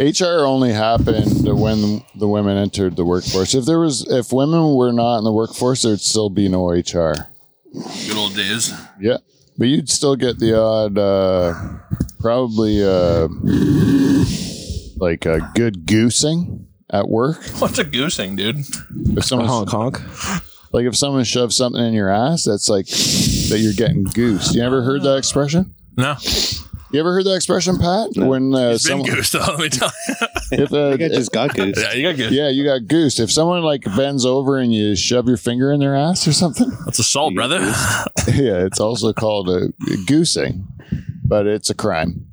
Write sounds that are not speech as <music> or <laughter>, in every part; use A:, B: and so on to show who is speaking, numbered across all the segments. A: HR only happened when the women entered the workforce. If there was, if women were not in the workforce, there'd still be no HR.
B: Good old days.
A: Yeah, but you'd still get the odd, uh, probably uh, like a good goosing at work.
B: <laughs> What's a goosing, dude?
A: If someone
B: Oh.
C: Honk honk.
A: like if someone shoves something in your ass, that's like that you're getting goosed. You ever heard that expression?
B: No,
A: You ever heard that expression, Pat? When uh,
B: it's been
A: someone,
B: goosed. <laughs> Let me tell you.
A: if, uh,
C: I think I just got goose.
B: Yeah, you got goosed.
A: yeah, you got goosed. If someone like bends over and you shove your finger in their ass or something, <laughs>
B: That's assault, brother.
A: yeah, it's also called a, a goosing, but it's a crime,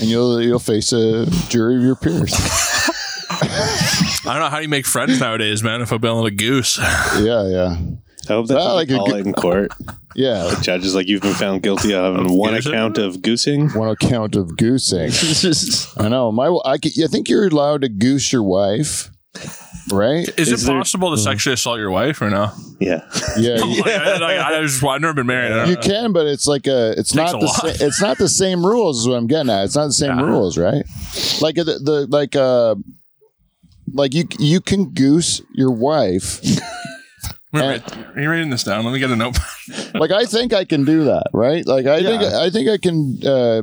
A: and you'll you'll face a jury of your peers.
B: <laughs> I don't know how you make friends nowadays, man. If I'm bailing a goose,
A: Yeah, yeah,
C: I hope that's
A: Well,
C: what
A: like
C: they
A: a
C: call
A: goo-
C: it in court.
A: yeah.
C: Like judges, like you've been found guilty of one
B: goosing?
C: account of goosing.
A: One account of goosing. I know my. I, ca- I think you're allowed to goose your wife, right?
B: is,
C: Is
B: it
C: there-
B: possible to sexually assault your wife or no? <laughs>
C: yeah,
A: Yeah. you-
B: Like, I, like, I was, well, I've never been married. I don't
A: You
B: know.
A: can, but it's like a. It's
B: Takes
A: not
B: a
A: the.
B: lot.
A: Sa- it's not the same rules. Is what I'm getting at. It's not the same
B: Yeah.
A: rules, right? Like the, the like uh, like you you can goose your wife.
B: Wait, wait, are you writing this down? Let me get a notepad.
A: like I think I can do that, right? Like I think
B: Yeah.
A: I think I can. Uh,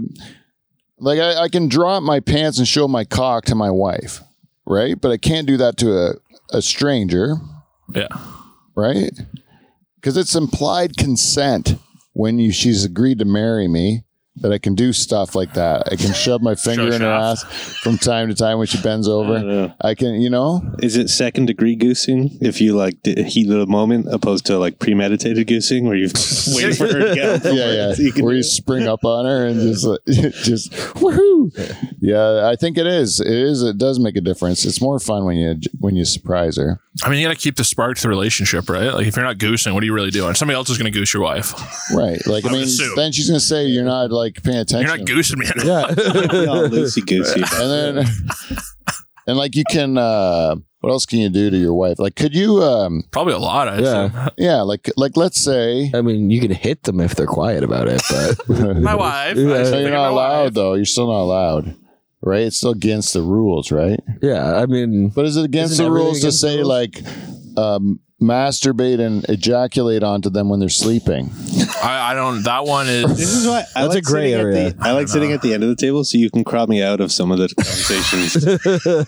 A: like I, I can draw up my pants and show my cock to my wife, right? But I can't do that to a, a stranger,
B: Yeah.
A: right? Because it's implied consent when you she's agreed to marry me that I can do stuff like that. I can shove
B: <laughs>
A: my finger in her ass
B: shaft.
A: from time to time when she bends
C: I don't
A: over.
C: know.
A: I can, you know,
C: is it second degree goosing if you like d- heat of the moment opposed to like premeditated goosing where you wait for her to get <laughs> out the
A: yeah,
C: word
A: yeah.
B: <laughs>
C: so you can
A: Where
C: do
A: you
C: it?
A: spring up on her and just, <laughs> like, just woohoo. Yeah, I think it is. It is. It does make a difference. It's more fun when you when you surprise her.
B: <laughs> I mean, you got to keep the spark to the relationship, right? Like, if you're not goosing, what are you really doing? Somebody else is going to goose your wife.
A: Right. Like I,
B: I would
A: mean,
B: assume.
A: then she's gonna say you're not like paying attention.
B: You're not goosing me.
D: <laughs>
C: We all loosey goosey.
A: and then <laughs> and like you can uh what else can you do to your wife like could you um
B: <laughs> Probably a lot. I
D: Yeah.
B: assume.
A: yeah like like let's say <laughs>
D: I mean, you can hit them if they're quiet about it, but
B: My wife. I
D: Yeah.
B: was
A: so you're
B: thinking
A: not
B: my wife.
A: allowed though you're still not allowed right it's still against the rules right
D: yeah, I <laughs> mean,
A: but is it against
D: Isn't
A: the
D: everything
A: rules to
D: against the
A: say
D: rules?
A: like um masturbate and ejaculate onto them when they're
D: <laughs>
A: sleeping
B: I, I don't. That one is.
C: <laughs> This is why I
D: That's
C: like
D: a gray
C: sitting
D: area.
C: At the, I like sitting at the end of the table so you can crop me out of some of the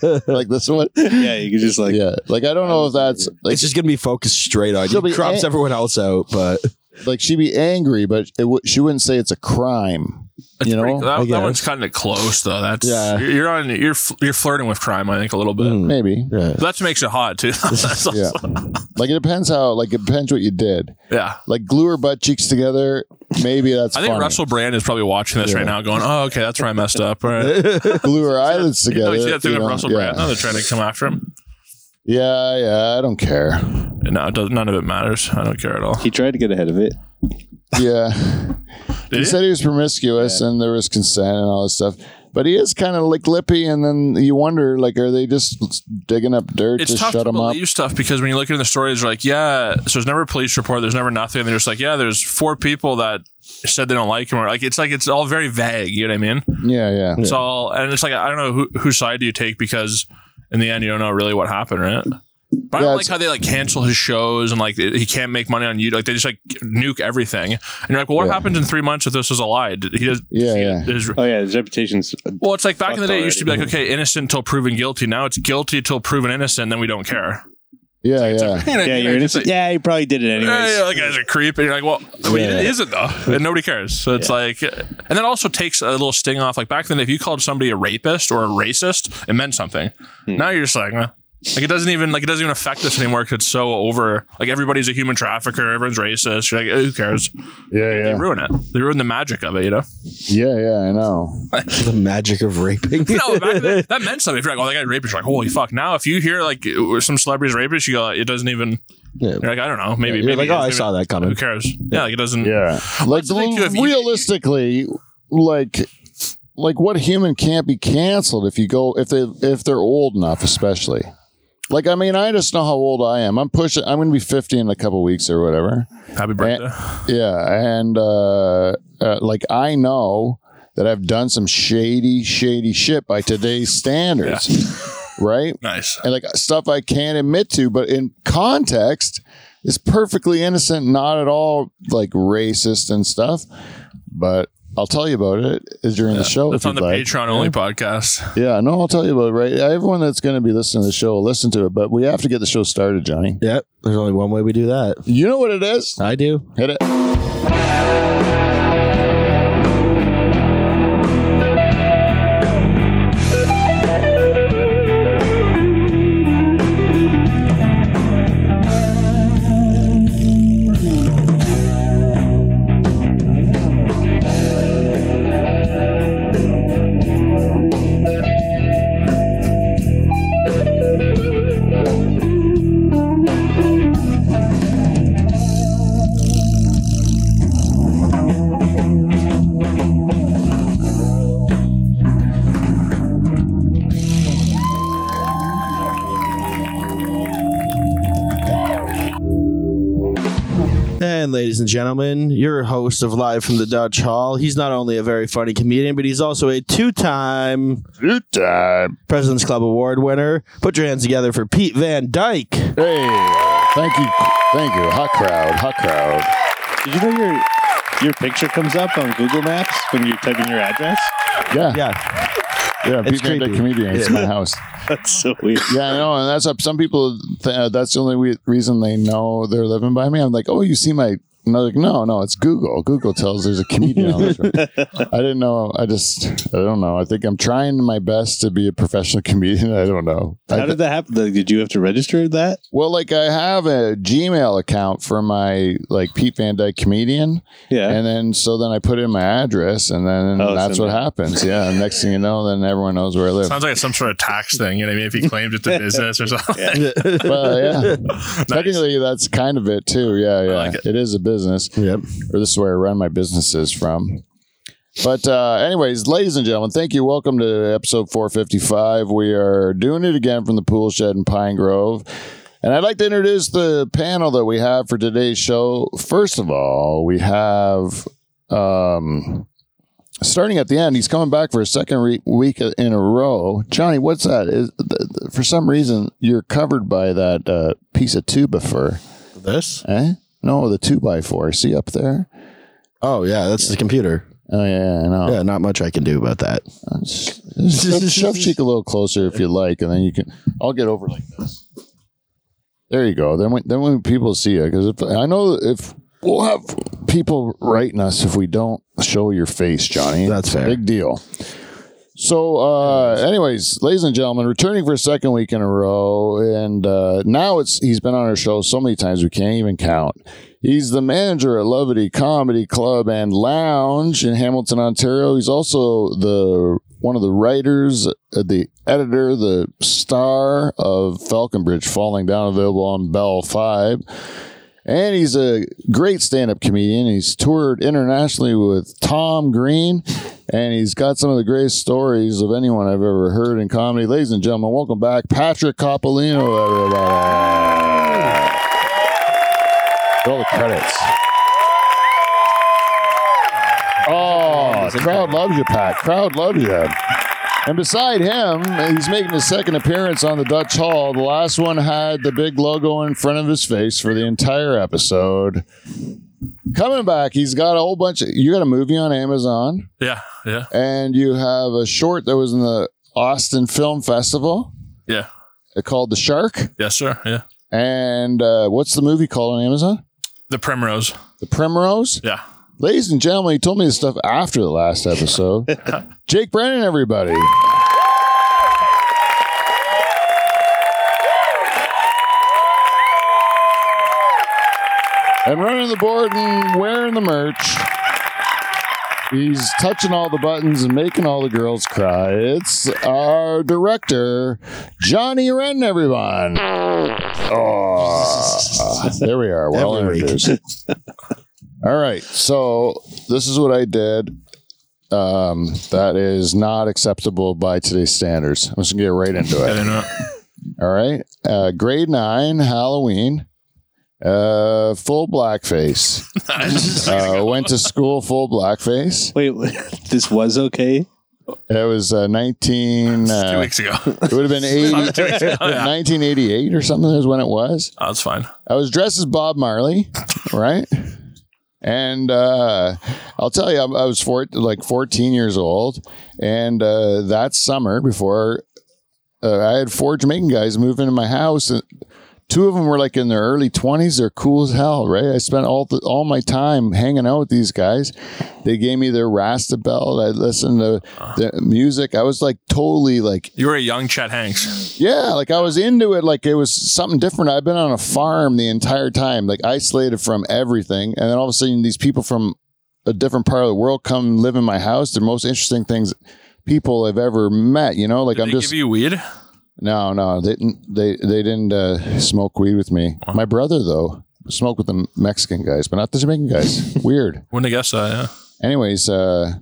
D: <laughs>
C: conversations.
A: like this one
C: yeah, you can just like
A: yeah like i don't know if that's like
D: it's just gonna be focused straight on
A: She'll be
D: you. Crops
A: a-
D: everyone else out, but
A: like she'd be angry but it w- she wouldn't say it's a crime
B: It's
A: you
B: pretty-
A: know
B: that,
D: I
B: that
D: guess.
B: one's kind of close though. That's
D: Yeah.
B: you're, you're on. You're fl- you're flirting with crime. I think a little bit.
D: <laughs> Mm,
A: maybe
D: <laughs> yeah.
B: That's what makes it hot too. <laughs> That's
A: <laughs>
B: also-
A: yeah like it depends how like it depends what you did
B: yeah.
A: like glue her butt cheeks together. Maybe that's
B: I think
A: funny.
B: Russell Brand is probably watching this
A: Yeah.
B: right now, going, "Oh, okay, that's where I messed up."
A: <laughs>
B: All right.
A: glue
B: <laughs>
A: her eyelids
B: You know,
A: together.
B: you see that thing
A: you
B: with
A: know,
B: Russell Brand?
A: yeah.
B: No, they're trying to come after him.
A: yeah, yeah. I don't
D: <laughs>
A: care.
B: No, it does, none of it matters. I don't care at all.
C: He tried to get ahead of it.
A: Yeah, he
B: he?
A: said he was promiscuous and there was consent and all this stuff. But he is kind of like lippy, and then you wonder, like, are they just digging up dirt
B: It's
A: to
B: tough
A: shut
B: to
A: him up?
B: believe stuff because when you look at the stories, they're like, "Yeah, so there's never a police report. There's never nothing." They're just like, "Yeah, there's four people that said they don't like him," or like it's like it's all very vague. You know what I mean?
A: Yeah, yeah.
B: It's all, and it's like I don't know who, whose side do you take because in the end you don't know really what happened, right? But I
A: Yeah,
B: don't
A: it's-
B: like how they like cancel his shows and like he can't make money on you. Like they just like nuke everything, and you're like, well, what
A: Yeah.
B: happens in three months if this is a lie? Did- He does,
A: Yeah,
B: he-
A: yeah.
B: his-
C: Oh yeah, his reputation's
B: well, it's like back in the day, it used to be like,
C: Fucked
B: okay, innocent till proven guilty. Now it's guilty till proven innocent. Then we don't care.
A: Yeah, yeah.
B: You know,
C: yeah,
B: you know,
C: you're
B: it's
C: innocent.
B: like,
C: Yeah, he probably did it anyways.
B: Yeah, yeah, that guy's a creep, and you're like, well, I mean,
A: Yeah.
B: it isn't though, and nobody cares. So it's like, and that also takes a little sting off. Like back then, if you called somebody a rapist or a racist, it meant something.
D: Hmm.
B: Now you're just like, eh. like it doesn't even like it doesn't even affect us anymore because it's so over. Like everybody's a human trafficker, everyone's racist. You're like, who cares?
A: Yeah,
B: They
A: yeah.
B: ruin it. They ruin the magic of it. You know?
A: Yeah, yeah, I know.
D: the magic of <laughs> raping.
B: No, back then, that meant something. If you're like, oh, that guy rapist, you're like, holy fuck. Now if you hear like some celebrities rapist, you go, it doesn't even.
D: Yeah.
B: You're like, I don't know, maybe.
D: You're
B: maybe
D: like,
B: it
D: oh,
B: is,
D: I
B: maybe-
D: saw that
B: Who
D: coming.
B: cares? Yeah, like it doesn't.
A: Yeah. Like,
B: the thing, too, if you-
A: realistically, like, like what human can't be canceled if you go if they if they're old enough, especially. Like, I mean, I just know how old I am. I'm pushing. I'm going to be 50 in a couple weeks or whatever.
B: Happy birthday.
A: Yeah, and uh, uh, like I know that I've done some shady, shady shit by today's standards, <laughs> right?
B: Nice.
A: And like stuff I can't admit to, but in context, is perfectly innocent, not at all like racist and stuff. But I'll tell you about it as during the show.
B: That's
A: Oh, if
B: on the
A: you'd like.
B: Patreon only podcast.
A: Yeah, no, I'll tell you about it, right? Everyone that's going to be listening to the show will listen to it, but we have to get the show started, Johnny.
D: Yep. There's only one way we do that.
A: You know what it is?
D: I do.
A: Hit it.
D: And ladies and gentlemen, your host of Live from the Dutch Hall. He's not only a very funny comedian, but he's also a two-time
A: Two time.
D: President's Club Award winner. Put your hands together for Pete Van Dyke.
A: Hey, thank you. Thank you. Hot crowd. Hot crowd.
C: Did you know your your picture comes up on Google Maps when you type in your address? <laughs>
A: Yeah. Yeah.
D: Yeah. <laughs>
A: yeah
D: It's
A: Pete Van Dyke
D: creepy.
A: comedian. It's my house.
C: That's so weird.
A: Yeah, I know. And that's up. Some people, th- uh, that's the only we- reason they know they're living by me. I'm like, oh, you see my. And they're like, no, no, it's Google. Google tells there's a comedian on this room. I didn't know. I just, I don't know. I think I'm trying my best to be a professional <laughs> comedian. I don't know. I
C: How did that happen? Like, did you have to register that?
A: Well, like I have a Gmail account for my like Pete Van Dyke comedian,
C: Yeah. <laughs>
A: and then so then I put in my address, and then
C: Oh,
A: that's
C: so
A: what
C: now-
A: happens. Yeah, and next thing you know, then everyone knows where I
B: <laughs>
A: live.
B: Sounds like it's some sort of tax thing. You know what I mean? If he claimed
A: <laughs>
B: it to business or something.
A: Well, yeah,
B: Nice.
A: technically that's kind of it too. Yeah, yeah,
B: like it.
A: it is a business,
D: Yep.
A: or this is where I run my businesses from. But uh, anyways, ladies and gentlemen, thank you. Welcome to episode 455. We are doing it again from the pool shed in Pine Grove. And I'd like to introduce the panel that we have for today's show. First of all, we have um, starting at the end. He's coming back for a second re- week in a row. Johnny, what's that? Is, th- th- for some reason, you're covered by that uh, piece of tuba fur.
D: This?
A: Eh? No, the two by four. See up there?
D: Oh yeah, that's the computer.
A: Oh yeah, I know. <laughs>
D: Yeah, not much I can do about <laughs> that.
A: Uh, sh- shove, shove cheek a little closer if you like, and then you can. I'll get over like this. There you go. Then when then when people see it, because if I know if we'll have people writing us if we don't show your face, Johnny.
D: That's fair.
A: Big deal. So, uh, anyways, ladies and gentlemen, returning for a second week in a row, and uh, now it's he's been on our show so many times we can't even count. He's the manager at Levity Comedy Club and Lounge in Hamilton, Ontario. He's also the one of the writers, uh, the editor, the star of Falcon Bridge Falling Down, available on Bell Five. And he's a great stand-up comedian. He's toured internationally with Tom Green, and he's got some of the greatest stories of anyone I've ever heard in comedy. Ladies and gentlemen, welcome back, Patrick Coppolino, everybody. Roll the credits. Oh, crowd loves you, Pat. Crowd loves you. And beside him, he's making his second appearance on the Dutch Hall. The last one had the big logo in front of his face for the entire episode. Coming back, he's got a whole bunch. Of, you got a movie on Amazon,
B: <laughs> Yeah. Yeah.
A: and you have a short that was in the Austin Film Festival
B: Yeah.
A: uh, called The Shark.
B: Yes, sir. Yeah.
A: And uh, what's the movie called on Amazon?
B: The primrose.
A: The Primrose.
B: Yeah.
A: Ladies and gentlemen, he told me this stuff after the last episode. Jake Brennan, everybody. And running the board and wearing the merch. He's touching all the buttons and making all the girls cry. It's our director, Johnny Wren, everyone. Oh, there we are. Well
D: Every week.
A: introduced. All right. So this is what I did. Um, that is not acceptable by today's standards. I'm just <laughs>
B: <laughs>
A: gonna get right into
B: I
A: it.
B: didn't know.
A: All right. Uh, grade nine, Halloween. Uh, full blackface. Uh, went to school full blackface.
C: Wait, <laughs> this was okay?
A: It was uh, 19.
B: <laughs> Two
A: Uh,
B: weeks ago. <laughs>
A: it would have been 80,
B: Two weeks
A: <laughs>
B: ago, yeah.
A: 1988 or something is when it was.
B: Oh, that's fine.
A: I was dressed as Bob Marley, right? And uh, I'll tell you, I I was four, like 14 years old. And uh, that summer, before uh, I had four Jamaican guys move into my house, and two of them were like in their early 20s. They're cool as hell, right? I spent all the, all my time hanging out with these guys. They gave me their Rasta belt. I listened to the music. I was like totally like
B: You were a young Chet Hanks.
A: yeah, like I was into it. Like it was something different. I've been on a farm the entire time, like isolated from everything. And then all of a sudden, these people from a different part of the world come live in my house. They're most interesting things people I've ever met. You know, like
B: Did
A: I'm
B: they
A: just
B: give you weed?
A: no, no. They didn't. They they didn't uh, smoke weed with me. My brother though smoked with the Mexican guys, but not the Jamaican
B: <laughs>
A: guys. Weird
B: Wouldn't have guessed that, yeah.
A: anyways, uh,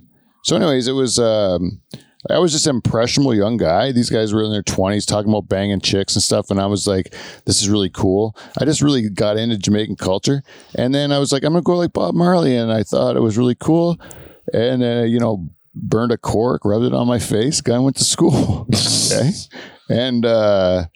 A: so anyways, it was. Um, I was just an impressionable young guy. These guys were in their twenties talking about banging chicks and stuff, and I was like, "This is really cool." I just really got into Jamaican culture, and then I was like, "I'm gonna go like Bob Marley," and I thought it was really cool, and uh, you know, burned a cork, rubbed it on my face. Guy went to school, <laughs> okay, and uh,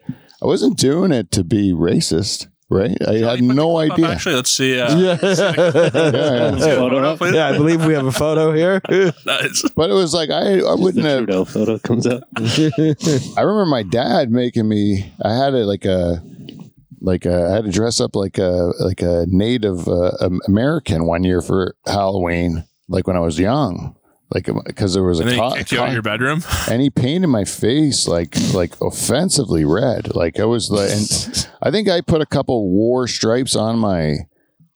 A: I wasn't doing it to be racist, right? I had
B: Put the
A: no
B: clip up,
A: idea.
B: Actually, let's see. Uh,
A: Yeah, yeah.
C: Photo up?
B: please.
D: Yeah, I believe we have a photo here.
B: Nice.
A: But it was like I, I
C: The
A: wouldn't have
C: Trudeau photo comes up.
A: I remember my dad making me. I had it like a like a, I had to dress up like a like a Native uh, Am- American one year for Halloween, like when I was young, like because there was a
B: And then he
A: co-
B: kicked you out of
A: co-
B: your bedroom.
A: and he painted my face like like offensively red. Like I was like, and I think I put a couple war stripes on my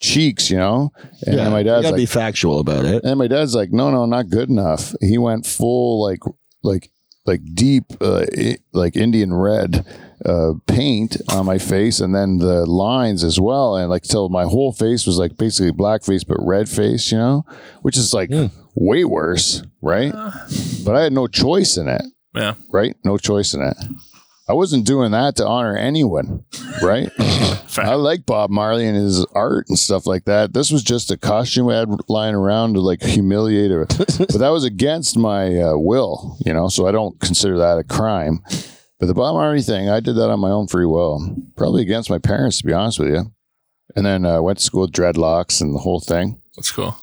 A: cheeks, you know. And
D: <laughs> yeah,
A: my
D: you
A: dad's
D: gotta
A: like,
D: be factual about it. <laughs>
A: and my dad's like, no, no, not good enough. He went full like like like deep uh, I- like Indian red uh, paint on my face, and then the lines as well, and like till my whole face was like basically blackface but red face, you know, which is like way worse, right? But I had no choice in it,
B: Yeah.
A: right? No choice in it. I wasn't doing that to honor anyone, right?
B: Fact.
A: I like Bob Marley and his art and stuff like that. This was just a costume I had lying around to like humiliate her, but that was against my uh, will, you know. So I don't consider that a crime. But the Bob Marley thing, I did that on my own free will, probably against my parents, to be honest with you. And then uh, went to school with dreadlocks and the whole thing.
B: That's cool.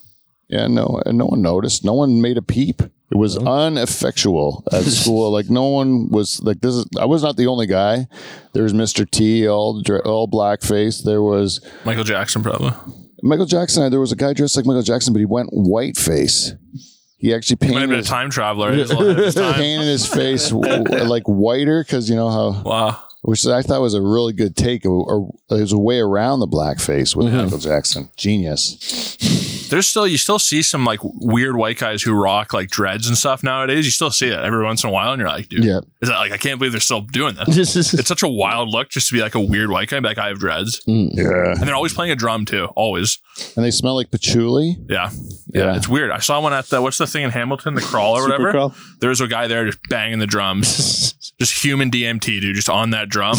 A: Yeah, no, and no one noticed. No one made a peep. It was uneffectual at school. Like no one was like this. Is, I was not the only guy. There was Mr. T, all dre- all blackface. There was
B: Michael Jackson, probably.
A: Michael Jackson. There was a guy dressed like Michael Jackson, but he went white face. He actually
B: Might have
A: painted
B: been a
A: his, <laughs>
B: time traveler. He was ahead of his time.
A: painted his face w- w- like whiter because you know how,
B: Wow.
A: which I thought was a really good take. Or it was a way around the blackface with Michael Jackson. Genius.
B: There's still, you still see some like weird white guys who rock like dreads and stuff nowadays. You still see it every once in a while and you're like, dude,
A: Yeah.
B: is that like, I can't believe they're still doing
D: <laughs>
B: this.
D: This is
B: It's such a wild look just to be like a weird white guy and be like, I have dreads.
A: Yeah.
B: And they're always playing a drum too. Always.
A: And they smell like patchouli.
B: Yeah. Yeah.
A: Yeah.
B: It's weird. I saw one at the, what's the thing in Hamilton? The crawl or <laughs> whatever.
C: Supercrawl.
B: There was a guy there just banging the drums. just human DMT, dude, just on that drum.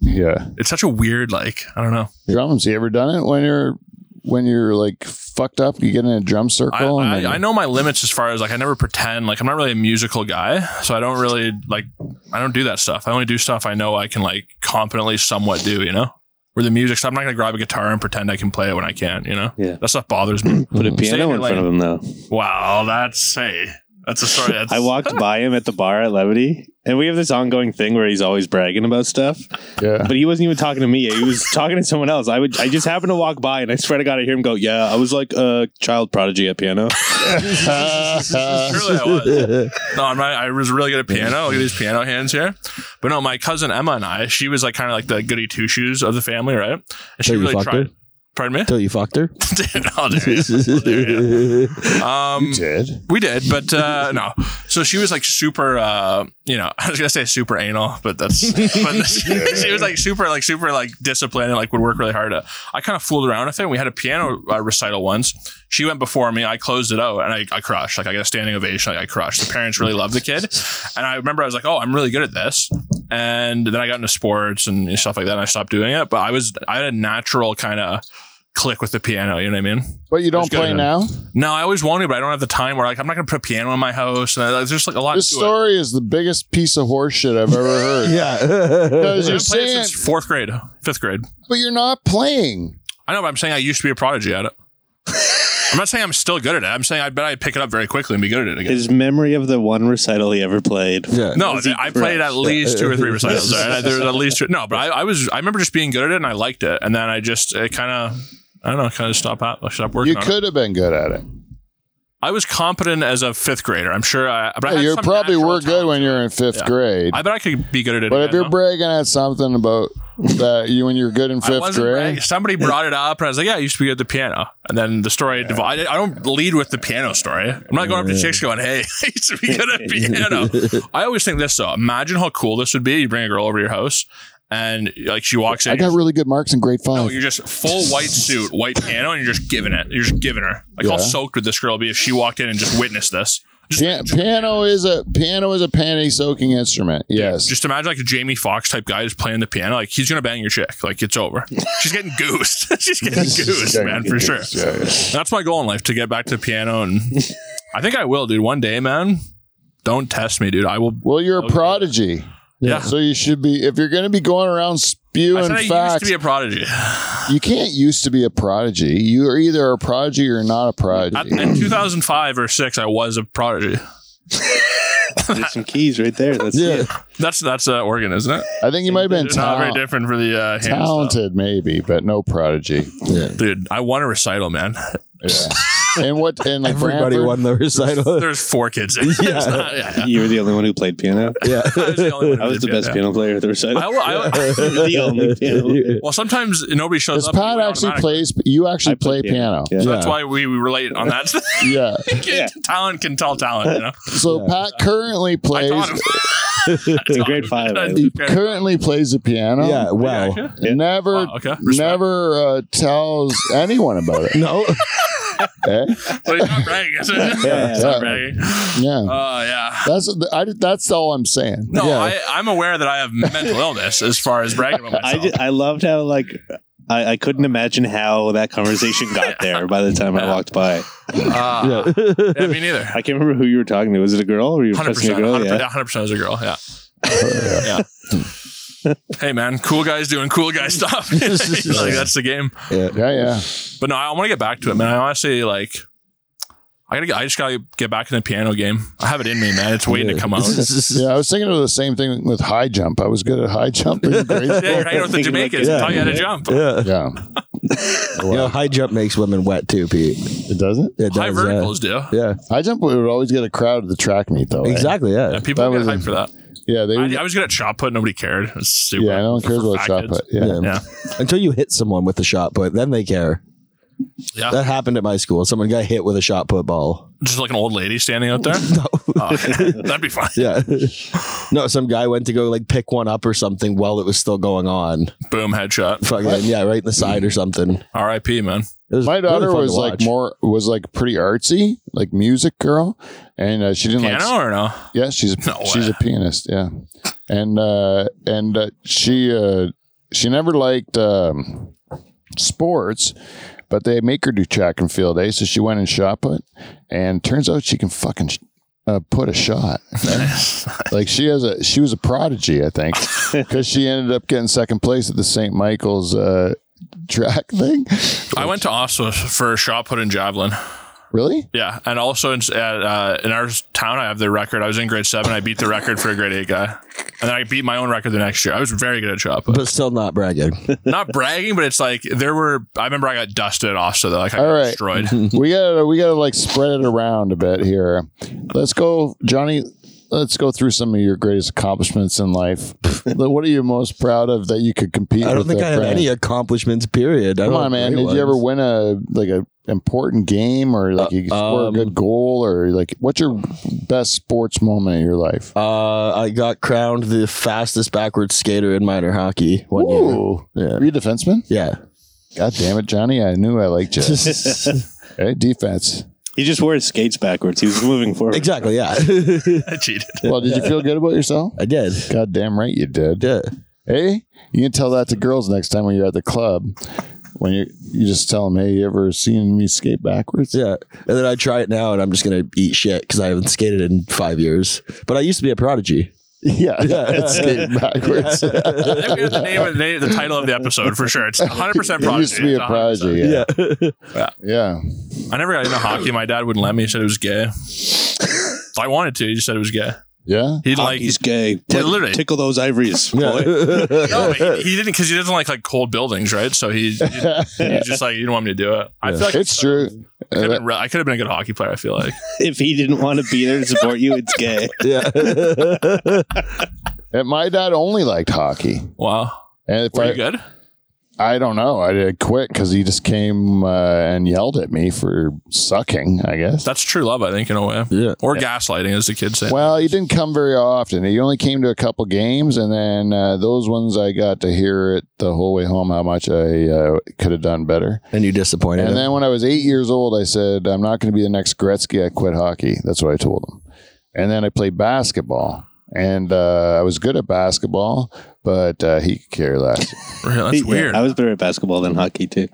A: Yeah.
B: It's such a weird, like, I don't know.
A: drums. You ever done it when you're when you're like fucked up? You get in a drum
B: I,
A: circle. and then-
B: I, I know my limits as far as like I never pretend like I'm not really a musical guy, so I don't really like I don't do that stuff. I only do stuff I know I can like competently somewhat do, you know. Where the music stuff, I'm not gonna grab a guitar and pretend I can play it when I can't, you know.
C: Yeah.
B: that stuff bothers me.
A: Mm.
C: Put a
B: Stay in
C: piano
B: your
C: in front of him, though.
B: <laughs> wow, that's hey, that's a story. That's,
C: <laughs>
B: <laughs>
C: I walked by him at the bar at Levity, and we have this ongoing thing where he's always bragging about stuff.
A: yeah.
C: But he wasn't even talking to me;
A: <laughs>
C: he was talking to someone else. I would, I just happened to walk by, and I swear to God, I hear him go, "Yeah, I was like a child prodigy at piano."
B: Truly, I was. No, I'm not, I was really good at piano. Look at these piano hands here. But no, my cousin Emma and I, she was like kind of like the goody two shoes of the family, right? And she
D: So you
B: really
D: fucked
B: tried.
D: her?
B: Pardon
D: <laughs>
B: me. <laughs>
D: till you fucked her.
B: Dude, oh, there
D: <laughs>
B: it is. Oh, there it is. Um,
A: Did
B: we did, but uh, <laughs> no. So she was like super, uh, you know, <laughs> I was gonna say super anal, but that's. <laughs> But she, she was like super, like super, like disciplined and like would work really hard. At, I kind of fooled around with it. We had a piano uh, recital once. She went before me. I closed it out and I, I crushed. Like I got a standing ovation. Like I crushed. The parents really loved the kid, and I remember I was like, oh, I'm really good at this. and then I got into sports and stuff like that. And I stopped doing it, but I was I had a natural kind of click with the piano. You know what I mean?
A: But you don't
B: Just gotta-
A: play now.
B: No, I always wanted, but I don't have the time. Where like I'm not going to put a piano in my house, and there's just like a lot.
A: This
B: to
A: story is the biggest piece of horseshit I've
B: <laughs>
A: ever heard.
D: Yeah.
B: it.
A: Because you're
B: I've been playing
A: saying,
B: since fourth grade, fifth grade.
A: but you're not playing.
B: I know, but I'm saying I used to be a
A: <laughs>
B: prodigy at it. I'm not saying I'm still good at it. I'm saying I bet I pick it up very quickly and be good at it again.
C: His memory of the one recital he
B: <laughs>
C: ever
D: <laughs>
C: played.
D: yeah.
B: No,
C: Is he
B: I played at
C: crushed?
B: least two or three
A: <laughs>
B: recitals. There, and I- there was at least two, no, but I, I was I remember just being good at it and I liked it, and then I just it kind of I don't know, kind of stopped out, stopped working.
A: You
B: on it.
A: could have been good at it.
B: I was competent as a fifth grader. I'm sure. I, but I
A: Yeah,
B: had
A: you
B: some
A: probably
B: natural
A: were good
B: talent.
A: when you were in fifth
B: Yeah.
A: grade.
B: I bet I could be good at it.
A: but
B: again,
A: if you're
B: though.
A: bragging at something about that you when you're good in
B: I
A: fifth
B: wasn't
A: grade,
B: bragging. Somebody brought it up, and I was like, "Yeah, I used to be good at the piano." And then the story divided. I don't lead with the piano story. I'm not going up to chicks going, "Hey, <laughs> I used to be good
A: <laughs>
B: at piano." I always think this though. Imagine how cool this would be. You bring a girl over to your house, and like she walks in.
A: I got really good marks in grade
B: No,
A: five.
B: you're just full white suit, white piano, and you're just giving it. You're just giving her. Like how
A: Yeah.
B: soaked would this girl be if she walked in and just witnessed this?
A: Pian- piano is a piano is a panty soaking instrument. Yes,
B: Just imagine like a Jamie Foxx type guy is playing the piano. Like he's gonna bang your chick. Like it's <laughs> over. She's getting goosed. <laughs> She's getting goosed, man, for sure. That's my goal in life to get back to the piano, <laughs> and I think I will, dude. One day, man. Don't test me, dude. I will.
A: Well, you're a
B: Okay.
A: prodigy,
B: Yeah.
A: so you should be. If you're going to be going around
B: I
A: spewing
B: said I used to
A: facts,
B: be a prodigy.
A: you can't used to be a prodigy. You are either a prodigy or not a prodigy.
B: At- in 2005 or six, I was a prodigy.
C: There's some keys right there. That's
D: Yeah.
C: it.
B: That's that's uh, Oregon, isn't it?
A: I think you might have been
B: It's not very
A: talent-
B: different for the uh, hands, though.
A: talented, maybe, but no prodigy.
B: Dude, I won a recital, man.
A: Yeah. and what? And like
D: Everybody
A: Brantford?
D: won the <laughs> recital.
B: There's four kids. It's not- <laughs> yeah.
C: You were the only one who played piano.
B: I
D: yeah.
B: was the, only one who
C: I
B: <laughs>
C: was the
B: did
C: best
B: that.
C: piano player at the recital.
B: I, will- I, <laughs> will-
C: the only piano. player.
B: well, sometimes nobody shows
A: Does
B: up.
A: Pat actually
B: plays.
A: plays? You actually
C: I play
A: play
C: piano.
A: piano.
C: Yeah.
B: That's why we, we relate on that. <laughs>
A: Yeah.
C: Yeah.
B: Talent can tell talent. You know?
A: <laughs> So Pat currently
B: I
A: plays
B: taught him.
C: It's <laughs> in grade five. I
A: he
B: <laughs> Dude.
C: think.
A: currently plays the piano.
D: <laughs> Oh, Yeah. Wow.
B: Yeah.
A: Never
B: Wow, <laughs> okay. Respect.
A: never uh, tells anyone about it.
D: No. <laughs>
A: eh?
B: But he's not bragging. is it?
C: yeah,
B: He's <laughs>
A: <laughs>
B: not
A: yeah.
B: bragging.
A: Yeah.
B: Oh, yeah.
A: that's I, that's all I'm saying.
B: No,
A: yeah.
B: I, I'm aware that I have mental illness as far as bragging about
C: <laughs> I,
B: myself.
C: ju- I loved how like I, I couldn't imagine how
B: <laughs>
C: that conversation got there by the time I walked by.
B: Uh,
D: Yeah.
B: yeah,
A: <laughs>
B: me neither.
C: I can't remember who you were talking to. Was it a girl or you were
B: Hundred
C: pressing a
B: percent,
C: girl? Yeah.
B: hundred percent as a girl.
A: <laughs>
B: Yeah. yeah.
A: Hmm.
B: hey man, cool guys doing
A: <laughs>
B: cool guy stuff. <laughs> like that's the game.
A: yeah, yeah.
B: But no, I want to get back to it, man. I honestly like. I gotta. Get, I just gotta get back in the piano game. I have it in me, man. It's waiting to come out.
A: <laughs> Yeah, I was thinking of the same thing with high jump. I was good at high jump. in grade
B: Yeah, you're
A: school.
B: hanging out with the
C: Thinking like-
B: Jamaicans.
D: yeah.
B: and tell you how to jump.
D: Yeah.
A: yeah.
D: You know, high jump makes women wet too, Pete.
A: It doesn't?
D: It
B: High
D: does,
B: verticals do. Yeah.
D: Yeah.
A: High jump would always get a crowd at the track meet though. eh?
D: Exactly. Oh, Yeah.
B: people
A: That
B: get
A: was a-
B: hyped for that.
A: Yeah, they
B: I, I was good at shot put. Nobody cared. It's stupid.
A: Yeah, no one cares about
B: Fat
A: shot
B: kids.
A: put. Yeah.
D: Yeah.
B: Yeah.
D: Until you hit someone with a shot put, then they care.
B: Yeah.
D: That happened at my school. Someone got hit with a shot put ball.
B: Just like an old lady standing
A: <laughs>
B: out there.
D: No.
B: Oh, <laughs> that'd be fun.
D: <laughs> Yeah. no, some guy went to go like pick one up or something while it was still going on.
B: Boom, headshot.
D: Fucking yeah, right in the side or something. It
B: R.I.P. Man.
D: was
A: My
D: really
A: daughter
D: fun to
A: was like
D: watch.
A: more was like pretty artsy, like music girl, and uh, she didn't like
B: Piano or no?
A: Yeah, she's a,
B: No way.
A: she's a pianist. Yeah, and uh, and uh, she uh, she never liked um, sports, but they make her do track and field day. So she went and shot put, and turns out she can fucking sh- uh, put a shot. eh?
B: <laughs>
A: like she has a she was a prodigy, I think, because she ended up getting second place at the St. Michael's uh, track thing.
B: I went to Oslo for shot put and javelin.
A: Really?
B: Yeah, and also in at, uh, in our town, I have the record. I was in grade seven. I beat the record for a grade eight guy, and then I beat my own record the next year. I was very good
A: <laughs>
B: at shot put.
D: but still not bragging.
B: Not bragging, but it's like there were. I remember I got dusted at Oslo though. Like I got
A: All right. <laughs>
B: destroyed.
A: we gotta we gotta like spread it around a bit here. Let's go, Johnny. Let's go through some of your greatest accomplishments in life. <laughs> what are you most proud of that you could compete?
D: I don't
A: with
D: think
A: a
D: I have
A: friend?
D: any accomplishments, period. I
A: Come
D: don't
A: on,
D: have
A: man!
D: great
A: Did you ever
D: ones.
A: win a like a important game or like you score
D: um,
A: a good goal or like what's your best sports moment in your life?
D: Uh, I got crowned the fastest backwards skater in minor hockey one
A: Ooh,
D: year. Yeah.
A: are you a defenseman?
D: Yeah. <laughs>
A: God damn it, Johnny! I knew I liked you. hey, defense.
C: <laughs> He just wore his skates backwards. He was moving forward.
D: Exactly. <laughs> Yeah.
B: I cheated. <laughs>
A: Well, did you feel good about yourself?
D: I did.
A: God damn right you did.
D: Yeah.
A: Hey, you can tell that to girls next time when you're at the club. When you you just tell them, hey, you ever seen me skate backwards?
D: Yeah. And then I try it now, and I'm just gonna eat shit because I haven't skated in five years. But I used to be a prodigy.
A: <laughs> Yeah,
D: <laughs> Yeah.
A: <laughs> it's skating <laughs> backwards.
B: I think we have the name, of- the, name- the title of the episode for
A: <laughs>
B: sure. It's 100 percent
A: It used to be a prodigy. Yeah.
D: Yeah.
A: Yeah.
B: I never got into hockey. My dad wouldn't let me. He said it was gay. I wanted to. He just said it was gay.
A: Yeah.
B: He like
C: Hockey's gay. Play-
B: literally.
C: Tickle those ivories. boy. <laughs>
B: no, but
A: <laughs>
B: he, he didn't because he doesn't like like cold buildings, right? So he, he,
D: <laughs>
B: he just like he didn't want me to do it. I feel like
A: It's true. Uh,
B: I could have been, re- I could have been a good hockey player. I feel like
C: if he didn't want to be there to support you, it's gay.
D: <laughs> yeah.
A: And my dad only liked hockey.
B: wow.
A: And if
B: Were you
A: I,
B: good?
A: I don't know, I did quit because he just came uh, and yelled at me for sucking, I guess.
B: That's true love, I think, in a way.
D: Yeah.
B: Or gaslighting, as the kids say.
A: Well, he didn't come very often. He only came to a couple games, and then uh, those ones I got to hear it the whole way home how much I uh, could have done better.
D: And you disappointed
A: And
D: him.
A: then when I was eight years old, I said, I'm not going to be the next Gretzky. I quit hockey. That's what I told him. And then I played basketball. And uh, I was good at basketball, but uh, he could care less. <laughs>
B: Really? That's
C: Yeah,
B: weird.
C: I was better at basketball than hockey too.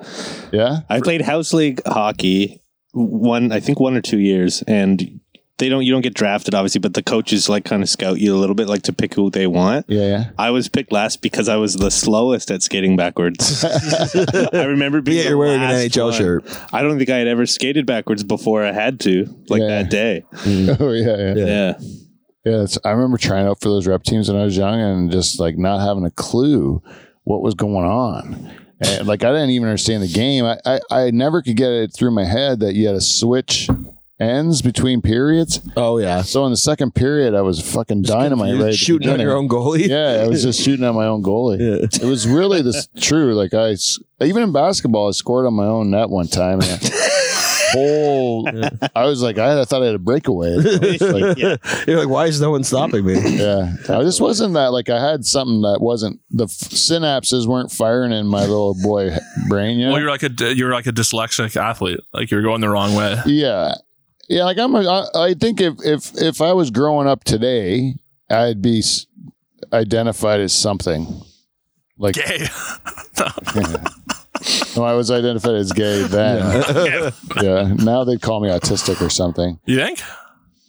A: Yeah.
C: I played house league hockey one, I think one or two years, and they don't. You don't get drafted, obviously, but the coaches like kind of scout you a little bit, like to pick who they want.
A: Yeah. Yeah.
C: I was picked last because I was the slowest at skating backwards. <laughs> I remember being.
D: yeah,
C: the
D: you're wearing an
C: last
D: NHL
C: one.
D: shirt.
C: I don't think I had ever skated backwards before I had to, like
A: Yeah.
C: that day.
A: <laughs>
D: Mm.
A: oh, yeah. Yeah.
D: Yeah.
C: Yeah.
A: Yeah, it's, I remember trying out for those rep teams when I was young and just like not having a clue what was going on. And, like I didn't even understand the game. I, I, I never could get it through my head that you had to switch ends between periods.
D: Oh yeah.
A: So in the second period, I was fucking dynamite. right at the
D: shooting at
A: beginning.
D: your own <laughs> goalie.
A: Yeah, I was just shooting at my own goalie. <laughs>
D: Yeah.
A: It was really this
D: <laughs>
A: true. Like I s- even in basketball, I scored on my own net one time.
D: <laughs>
A: And I- whole, I was like, I, I thought I had a
D: <laughs>
A: breakaway. It was like,
D: You're like, why is no one stopping me?
A: yeah, I just wasn't that like I had something that wasn't the f- synapses weren't firing in my little boy h- brain. You know?
B: well, you're like a you're like a dyslexic athlete. Like you're going the wrong way.
A: yeah, yeah. Like I'm, a, I, I think if if if I was growing up today, I'd be s- identified as something. Like
B: Gay.
A: <laughs>
B: <laughs>
A: no, I was identified as gay then. Yeah. Now they'd call me autistic or something.
B: You think?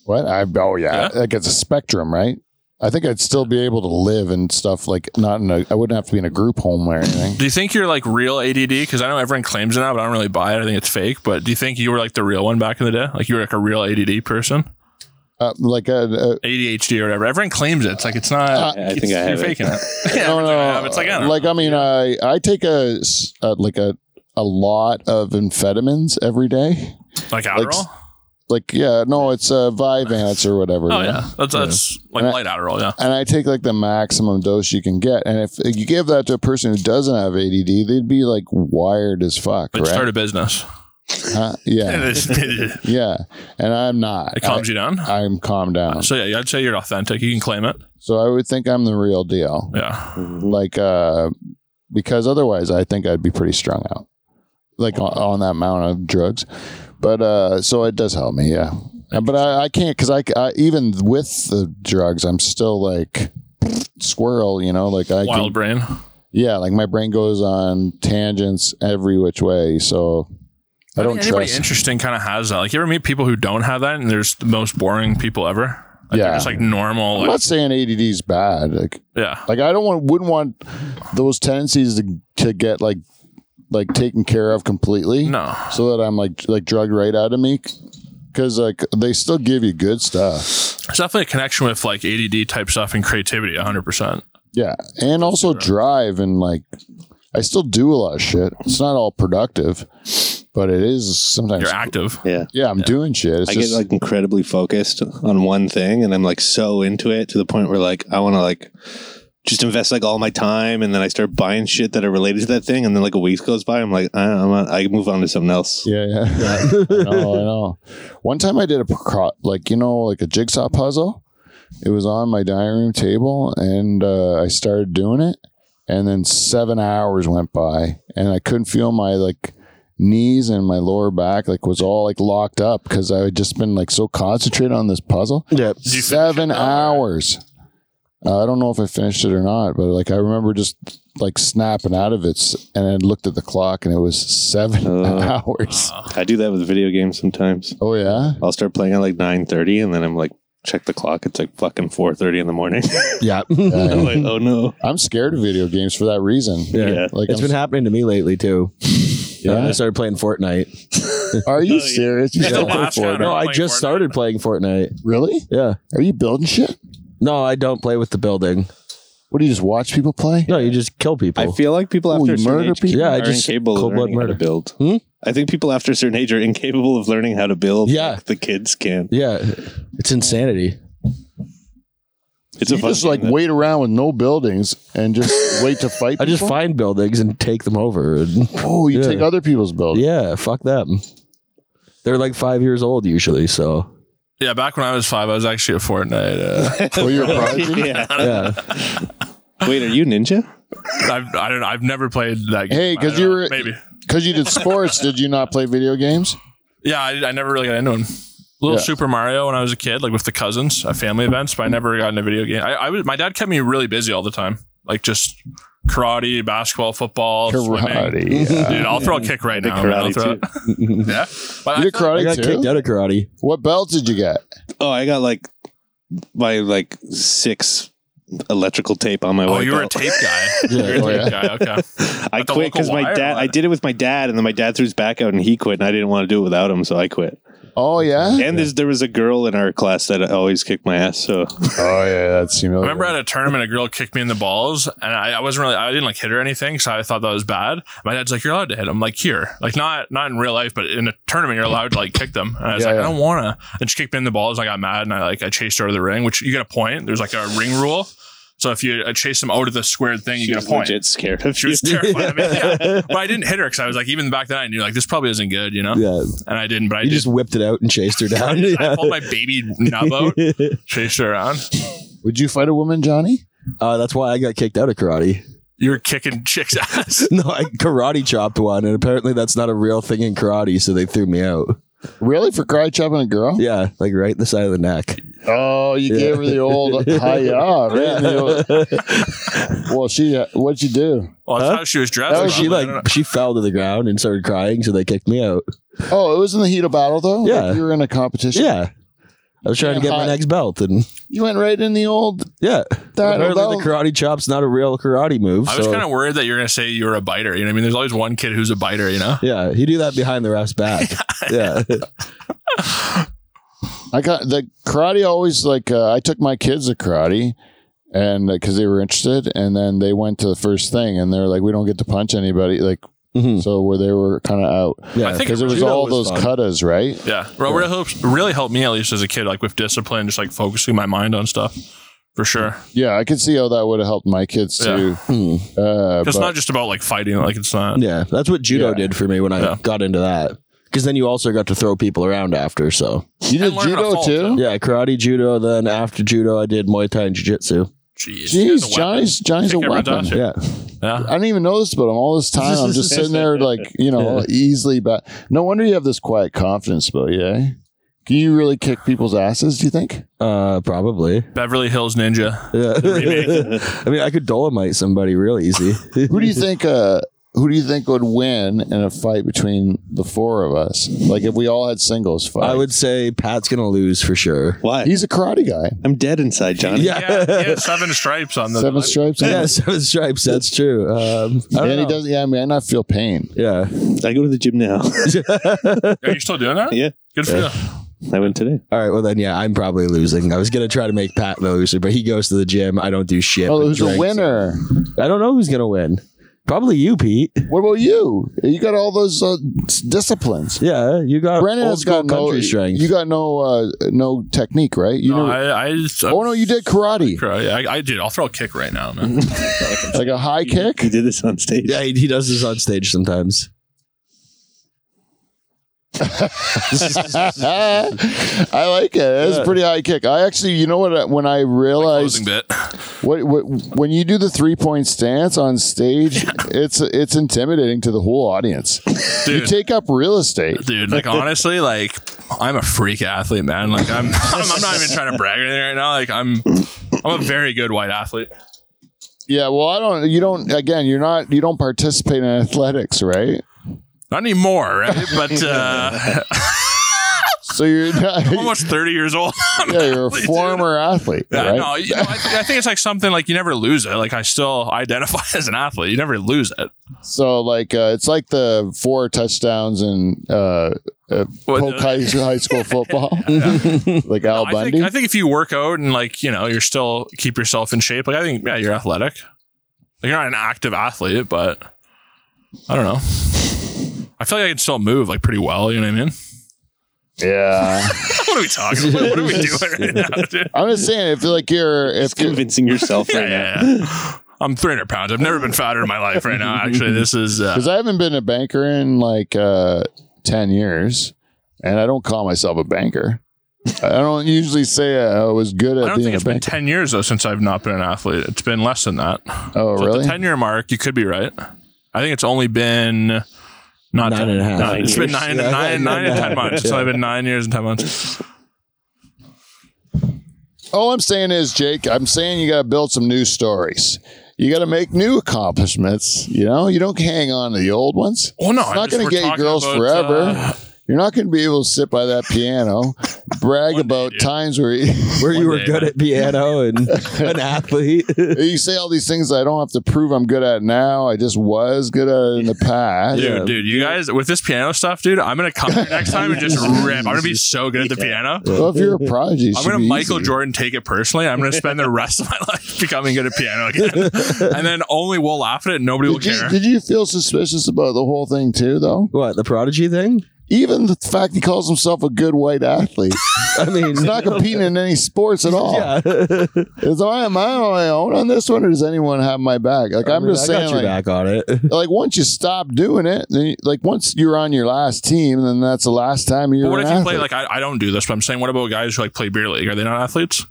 A: What? I oh yeah, like it's a spectrum, right? I think I'd still be able to live and stuff like not in a. I wouldn't have to be in a group home or anything.
B: Do you think you're like real ADD? Because I know everyone claims it now, but I don't really buy it. I think it's fake. But do you think you were like the real one back in the day? Like you were like a real ADD person,
A: Uh, like a, a
B: ADHD or whatever. Everyone claims it. It's like it's not.
A: Uh,
C: I think
B: you're
C: I have. it.
B: faking it. yeah,
A: no,
B: everyone's
A: no,
B: like, "I have it." It's like I don't know.
A: like I mean, I I take a, s- uh like a a lot of amphetamines every day.
B: like Adderall.
A: s- Like yeah, no, it's uh, Vyvanse or whatever.
B: oh
A: you know?
B: yeah, that's that's like
A: And I-
B: light Adderall. Yeah.
A: And I take like the maximum dose you can get. And if you give that to a person who doesn't have ADD, they'd be like wired as fuck,
B: But
A: right?
B: you start a business.
A: Huh?
B: <laughs>
A: yeah, <laughs>
B: it
A: yeah. And I'm not.
B: calms you down.
A: I, Um, am calmed down.
B: So yeah, I'd say you're authentic. You can claim it.
A: So I would think I'm the real deal.
B: Yeah.
A: Like, uh, because otherwise, I think I'd be pretty strung out, like on, on that amount of drugs. But uh, so it does help me, yeah. Uh, But I, I can't because I, c- I- even with the drugs, I'm still like squirrel, you know. Like I,
B: Wild
A: can,
B: brain.
A: yeah, like my brain goes on tangents every which way. So I don't
B: think anybody
A: trust.
B: interesting kind of has that. Like you ever meet people who don't have that, and there's the most boring people ever. Like, they're
A: Yeah.
B: Just like normal.
A: I'm
B: Like,
A: not saying ADD is bad. Like
B: yeah.
A: Like I don't want wouldn't want those tendencies to, to get like like taken care of completely.
B: No.
A: So that I'm like like drugged right out of me. Cause like they still give you good stuff.
B: It's definitely a connection with like ADD type stuff and creativity, 100%.
A: Yeah. And also drive and like I still do a lot of shit. It's not all productive, but it is sometimes
B: You're active.
C: Yeah.
A: yeah, I'm doing shit. It's
C: I
A: just
C: get like incredibly focused on one thing and I'm like so into it to the point where like I want to like just invest like all my time and then I start buying shit that are related to that thing and then like a week goes by I'm like I I'm on, I move on to something else.
A: yeah, <laughs> yeah.
D: <laughs>
A: I know, I know. One time I did a proc- like you know like a jigsaw puzzle. It was on my dining room table, and uh, I started doing it, and then seven hours went by, and I couldn't feel my like knees and my lower back like was all like locked up because I had just been like so concentrated on this puzzle.
D: Yep.
B: Did you finish
A: Seven
B: it now, or-
A: hours. Uh, I don't know if I finished it or not, but like I remember just like snapping out of it, s- and I looked at the clock, and it was seven
C: Uh.
A: <laughs> hours.
C: I do that with video games sometimes.
A: Oh yeah,
C: I'll start playing at like nine thirty, and then I'm like, check the clock. It's like fucking four thirty in the morning. <laughs>
A: yeah. Uh,
C: I'm like, oh no.
A: I'm scared of video games for that reason.
C: Yeah.
A: Like,
D: It's
A: I'm,
D: been happening to me lately too.
A: Yeah.
D: I started playing Fortnite.
A: are
C: Oh,
A: you
C: yeah.
A: serious? You
B: It's the
A: don't play
B: last one.
A: Fortnite?
D: No, I
B: playing
D: just
B: Fortnite.
D: started playing Fortnite.
A: <laughs> Really?
D: Yeah.
A: Are you building shit?
D: No, I don't play with the building.
A: What do you just watch people play?
D: No, you just kill people.
C: I feel like people
A: Ooh,
C: after
A: you
C: a certain
A: murder
C: age
A: people?
D: Yeah, I
C: are
D: just-
C: incapable of
D: cold blood
C: learning how to
D: murder.
C: build.
D: Hmm?
C: I think people after a certain age are incapable of learning how to build.
D: Yeah.
C: like the kids can.
D: yeah. It's insanity.
C: It's
A: you
C: a fun
A: just like
C: game, though.
A: wait around with no buildings and
C: <laughs>
A: just wait to fight.
D: I just
A: people?
D: find buildings and take them over. And
A: Oh, you
D: Yeah.
A: take other people's buildings.
D: yeah, fuck them. They're like five years old usually, so
B: Yeah, back when I was five, I was actually at Fortnite. Uh, <laughs>
A: Oh,
C: <laughs>
A: you're a prodigy?
C: yeah.
D: yeah.
C: Wait, are
B: <laughs>
C: you ninja?
B: I've, I don't know. I've never played that game.
A: Hey,
B: I
A: 'cause
B: don't
A: you
B: know,
A: were-
B: maybe.
A: Because you did sports, did you not play video
C: <laughs>
A: games?
B: Yeah, I, I never really got into them. Little
A: Yeah.
B: Super Mario when I was a kid, like with the cousins at family events, but I never got into video game. I, I was my dad kept me really busy all the time, like just karate, basketball, football, swimming.
A: Karate. yeah.
B: Dude, I'll throw a kick right
C: The
B: now. man. I'll
C: karate
B: throw
C: too.
B: it. <laughs> Yeah, but
A: You
B: I,
A: did
D: I
A: karate
D: got
A: too.
D: kicked out of karate.
A: <laughs> What belt did you get?
C: Oh, I got like my like six electrical tape on my.
B: oh,
C: white
B: you were a
C: belt.
B: tape guy.
A: <laughs>
D: Yeah.
B: You're a
A: Oh,
B: tape guy. Okay.
C: <laughs> I
B: At the
C: quit
B: local
C: because my
B: wire
C: dad.
B: line.
C: I did it with my dad, and then my dad threw his back out, and he quit, and I didn't want to do it without him, so I quit.
A: Oh yeah.
C: And there's, there was a girl in our class that always kicked my ass. So
A: Oh yeah, that's you know.
B: I remember at a tournament, a girl kicked me in the balls, and I, I wasn't really, I didn't like hit her or anything, so I thought that was bad. My dad's like, "You're allowed to hit them, like here, like not not in real life, but in a tournament, you're allowed to like kick them." And I was
A: Yeah,
B: like,
A: yeah.
B: "I don't wanna." And she kicked me in the balls. and I got mad, and I like I chased her out of the ring, which you get a point. There's like a ring rule, so if you uh, chase them out of the squared thing, you
C: she
B: get a
C: was
B: point.
C: legit scared of
B: She
D: <laughs>
C: you.
B: was <laughs> terrified. of me. Yeah. But I didn't hit her because I was like, even back then, I knew like this probably isn't good, you know.
D: Yeah.
B: And I didn't, but Uh, I
D: You
B: did.
D: just <laughs> whipped it out and chased
B: <laughs>
D: her down.
B: I
D: Yeah.
B: pulled my baby nub out, chased her around.
A: Would you fight a woman, Johnny?
D: <laughs> Uh, that's why I got kicked out of karate. <laughs>
B: You were kicking chicks' <laughs> ass.
D: No, I karate chopped one, and apparently that's not a real thing in karate, so they threw me out.
A: Really for karate chopping a girl?
D: Yeah, like right in the side of the neck.
A: Oh, you
D: Yeah.
A: gave her the
C: <laughs>
A: old hi right? in the old-
D: <laughs>
A: well, she. uh, What'd you do?
B: Well, that's
D: Huh?
B: how she was dressed.
D: Oh,
B: Like,
D: she
B: I'm I don't know.
D: like she fell to the ground and started crying, so they kicked me out.
A: Oh, it was in the heat of battle though. Like,
D: Yeah.
A: you were in a competition.
D: Yeah, I was trying to
A: Damn
D: get my
A: hot.
D: next belt, and
A: you went right in the old.
D: yeah,
A: That
D: apparently
A: belt.
D: the karate chop's not a real karate move.
B: I was
D: so-
B: kind of worried that you're going to say you were a biter. You know, what I mean, there's always one kid who's a biter. You know,
D: yeah, he do that behind the ref's back. yeah, <laughs>
A: I got the karate always like uh, I took my kids to karate and because they were interested and then they went to the first thing and they're like we don't get to punch anybody like
D: Mhm.
A: so where they were kind of out
D: yeah.
B: I think
A: because it was
D: Judo
A: all
D: was
A: those
D: fun.
A: katas right
B: yeah. Well, really helps. Really helped me at least as a kid, like with discipline, just like focusing my mind on stuff for sure.
A: yeah I could see how that would have helped my kids too
D: Hmm.
A: uh,
B: 'Cause It's
A: but-
B: not just about like fighting. Like it's not.
D: Yeah, that's what judo
A: Yeah.
D: did for me when I
B: Yeah.
D: got into that. Because then you also got to throw people around after. So
A: you did
B: And learn how to
A: judo
B: fall,
A: too
B: too.
D: yeah, karate, judo. Then after judo, I did Muay Thai and Jiu Jitsu.
B: Jeez, you guys
A: jeez
B: are
A: Johnny's Johnny's
B: Kick
A: a
B: everyone's
A: weapon
B: ass.
D: Yeah,
B: Yeah.
A: I didn't even know this about him all this time I'm just sitting there like you know
D: Yeah.
A: easily but no wonder you have this quiet confidence about you eh? can you really kick people's asses do you think
D: uh, probably.
B: Beverly Hills
A: <laughs>
B: Ninja.
D: Yeah.
B: remake.
D: <laughs> I mean, I could dolomite somebody real easy.
A: Who do you think? Uh, who do you think would win in a fight between the four of us? Like if we all had singles fight,
D: I would say Pat's gonna lose for sure.
C: Why?
A: He's a karate guy.
C: I'm dead inside, Johnny.
D: Yeah.
B: Yeah,
D: <laughs>
B: he had seven stripes on the.
A: Seven stripes.
D: Yeah, seven stripes. That's true. Um, I don't
A: and he
D: know.
A: doesn't. Yeah, I mean, I not feel pain.
D: Yeah.
C: I go to the gym now. <laughs>
B: Are you still doing that?
C: Yeah.
B: Good for
D: Yeah.
B: you.
C: I went today.
D: All right. Well, then, yeah, I'm probably losing. I was gonna try to make Pat the loser, but he goes to the gym. I don't do shit.
A: Oh,
D: but
A: who's the
D: drinks.
A: winner?
D: I don't know who's gonna win. Probably you, Pete.
A: What about you? You got all those uh, s- disciplines.
D: Yeah, you got
A: Brennan
D: old
A: has got
D: school
A: no.
D: country strength.
A: You got no uh, no technique, right? You
B: No,
A: never-
B: I, I,
A: oh no, you did karate,
B: I, I did. I'll throw a kick right
A: <laughs>
B: now, man.
A: like a high kick.
B: <laughs>
C: He did this on stage.
D: Yeah, he, he does this on stage sometimes.
A: <laughs> I like it. It's a pretty high kick. I actually, you know what? uh, When I realized
B: Closing bit.
A: what, what when you do the three point stance on stage, it's it's intimidating to the whole audience. You
B: Dude.
A: take up real estate.
B: Dude, like honestly, like I'm a freak athlete, man. Like I'm, <laughs> I'm, I'm not even trying to brag or anything right now. Like I'm, I'm a very good white athlete.
A: Yeah. Well, I don't. You don't. Again, you're not. You don't participate in athletics, right?
B: Not anymore, right? But
A: <laughs>
B: uh,
A: So
B: <laughs>
A: you're not.
B: I'm almost 30 years old. <laughs>
A: <laughs>
B: I'm
A: yeah, you're a
B: athlete, dude.
A: former athlete,
B: Yeah,
A: right?
B: no, you know, I, think, I think it's like something like you never lose it. Like I still identify <laughs> as an athlete. You never lose it.
A: So like uh, it's like the four touchdowns in uh, uh,
B: What
A: Polk
B: the-
A: high, high school football,
B: <laughs>
A: like Al
B: I
A: Bundy.
B: think, I think if you work out and like you know you're still keep yourself in shape. Like I think yeah, you're athletic. Like you're not an active athlete, but I don't know. I feel like I can still move like pretty well. You know what I mean?
A: yeah,
B: what are we talking about? What are we doing right now, dude?
A: I'm just saying. If like you're, if
C: It's convincing
B: <laughs>
C: yourself
B: Yeah,
C: right
B: yeah,
C: now.
B: yeah. I'm 300 pounds. I've never been fatter in my life right now. Actually, this is uh,
A: because I haven't been a banker in like uh, ten years, and I don't call myself a banker. I don't usually say uh, I was good
B: I
A: at
B: don't
A: being
B: think
A: a
B: it's been
A: banker.
B: 10 years though since I've not been an athlete. It's been less than that.
A: oh,
B: So At
A: really?
B: the 10 year mark, you could be right. I think it's only been not
D: Nine
B: 10,
D: and a half.
B: Nine, it's been
C: years.
B: nine, nine, nine and 10 months. It's only been nine years and 10 months.
A: All I'm saying is, Jake, I'm saying you got to build some new stories. You got to make new accomplishments. You know, you don't hang on to the old ones.
B: Well, no,
A: it's
B: I
A: not
B: just-
A: going
B: we're
A: to get you
B: talking
A: girls
B: about,
A: forever.
B: uh,
A: You're not going to be able to sit by that piano, brag about times where you, <laughs>
D: Where you
B: One
D: were
B: day,
D: good
B: man.
D: at piano and an athlete. <laughs>
A: you say all these things I don't have to prove I'm good at now. I just was good at it in the past.
B: Dude, dude, you guys with this piano stuff, dude. I'm gonna come here next time and just rip. I'm gonna be so good at the piano.
A: Well, if you're a prodigy, it
B: I'm
A: should
B: gonna
A: be
B: Michael
A: easy.
B: Jordan take it personally. I'm gonna spend the rest of my <laughs> life becoming good at piano again, and then only we'll laugh at it. and Nobody will
A: Did you,
B: care.
A: did you feel suspicious about the whole thing too, though?
D: What, the prodigy thing?
A: Even the fact he calls himself a good white athlete.
D: I mean,
A: He's not competing in any sports at all.
D: <laughs> yeah.
A: Is I am I on my own on this one, or does anyone have my back? Like I am
D: I mean,
A: just
D: I got
A: saying,
D: your
A: like,
D: back on it.
A: like once you stop doing it, then you, like once you're on your last team, then that's the last time you're.
B: But what
A: an
B: if you play
A: athlete.
B: like I, I don't do this, but I'm saying what about guys who like play beer league? Are they not athletes?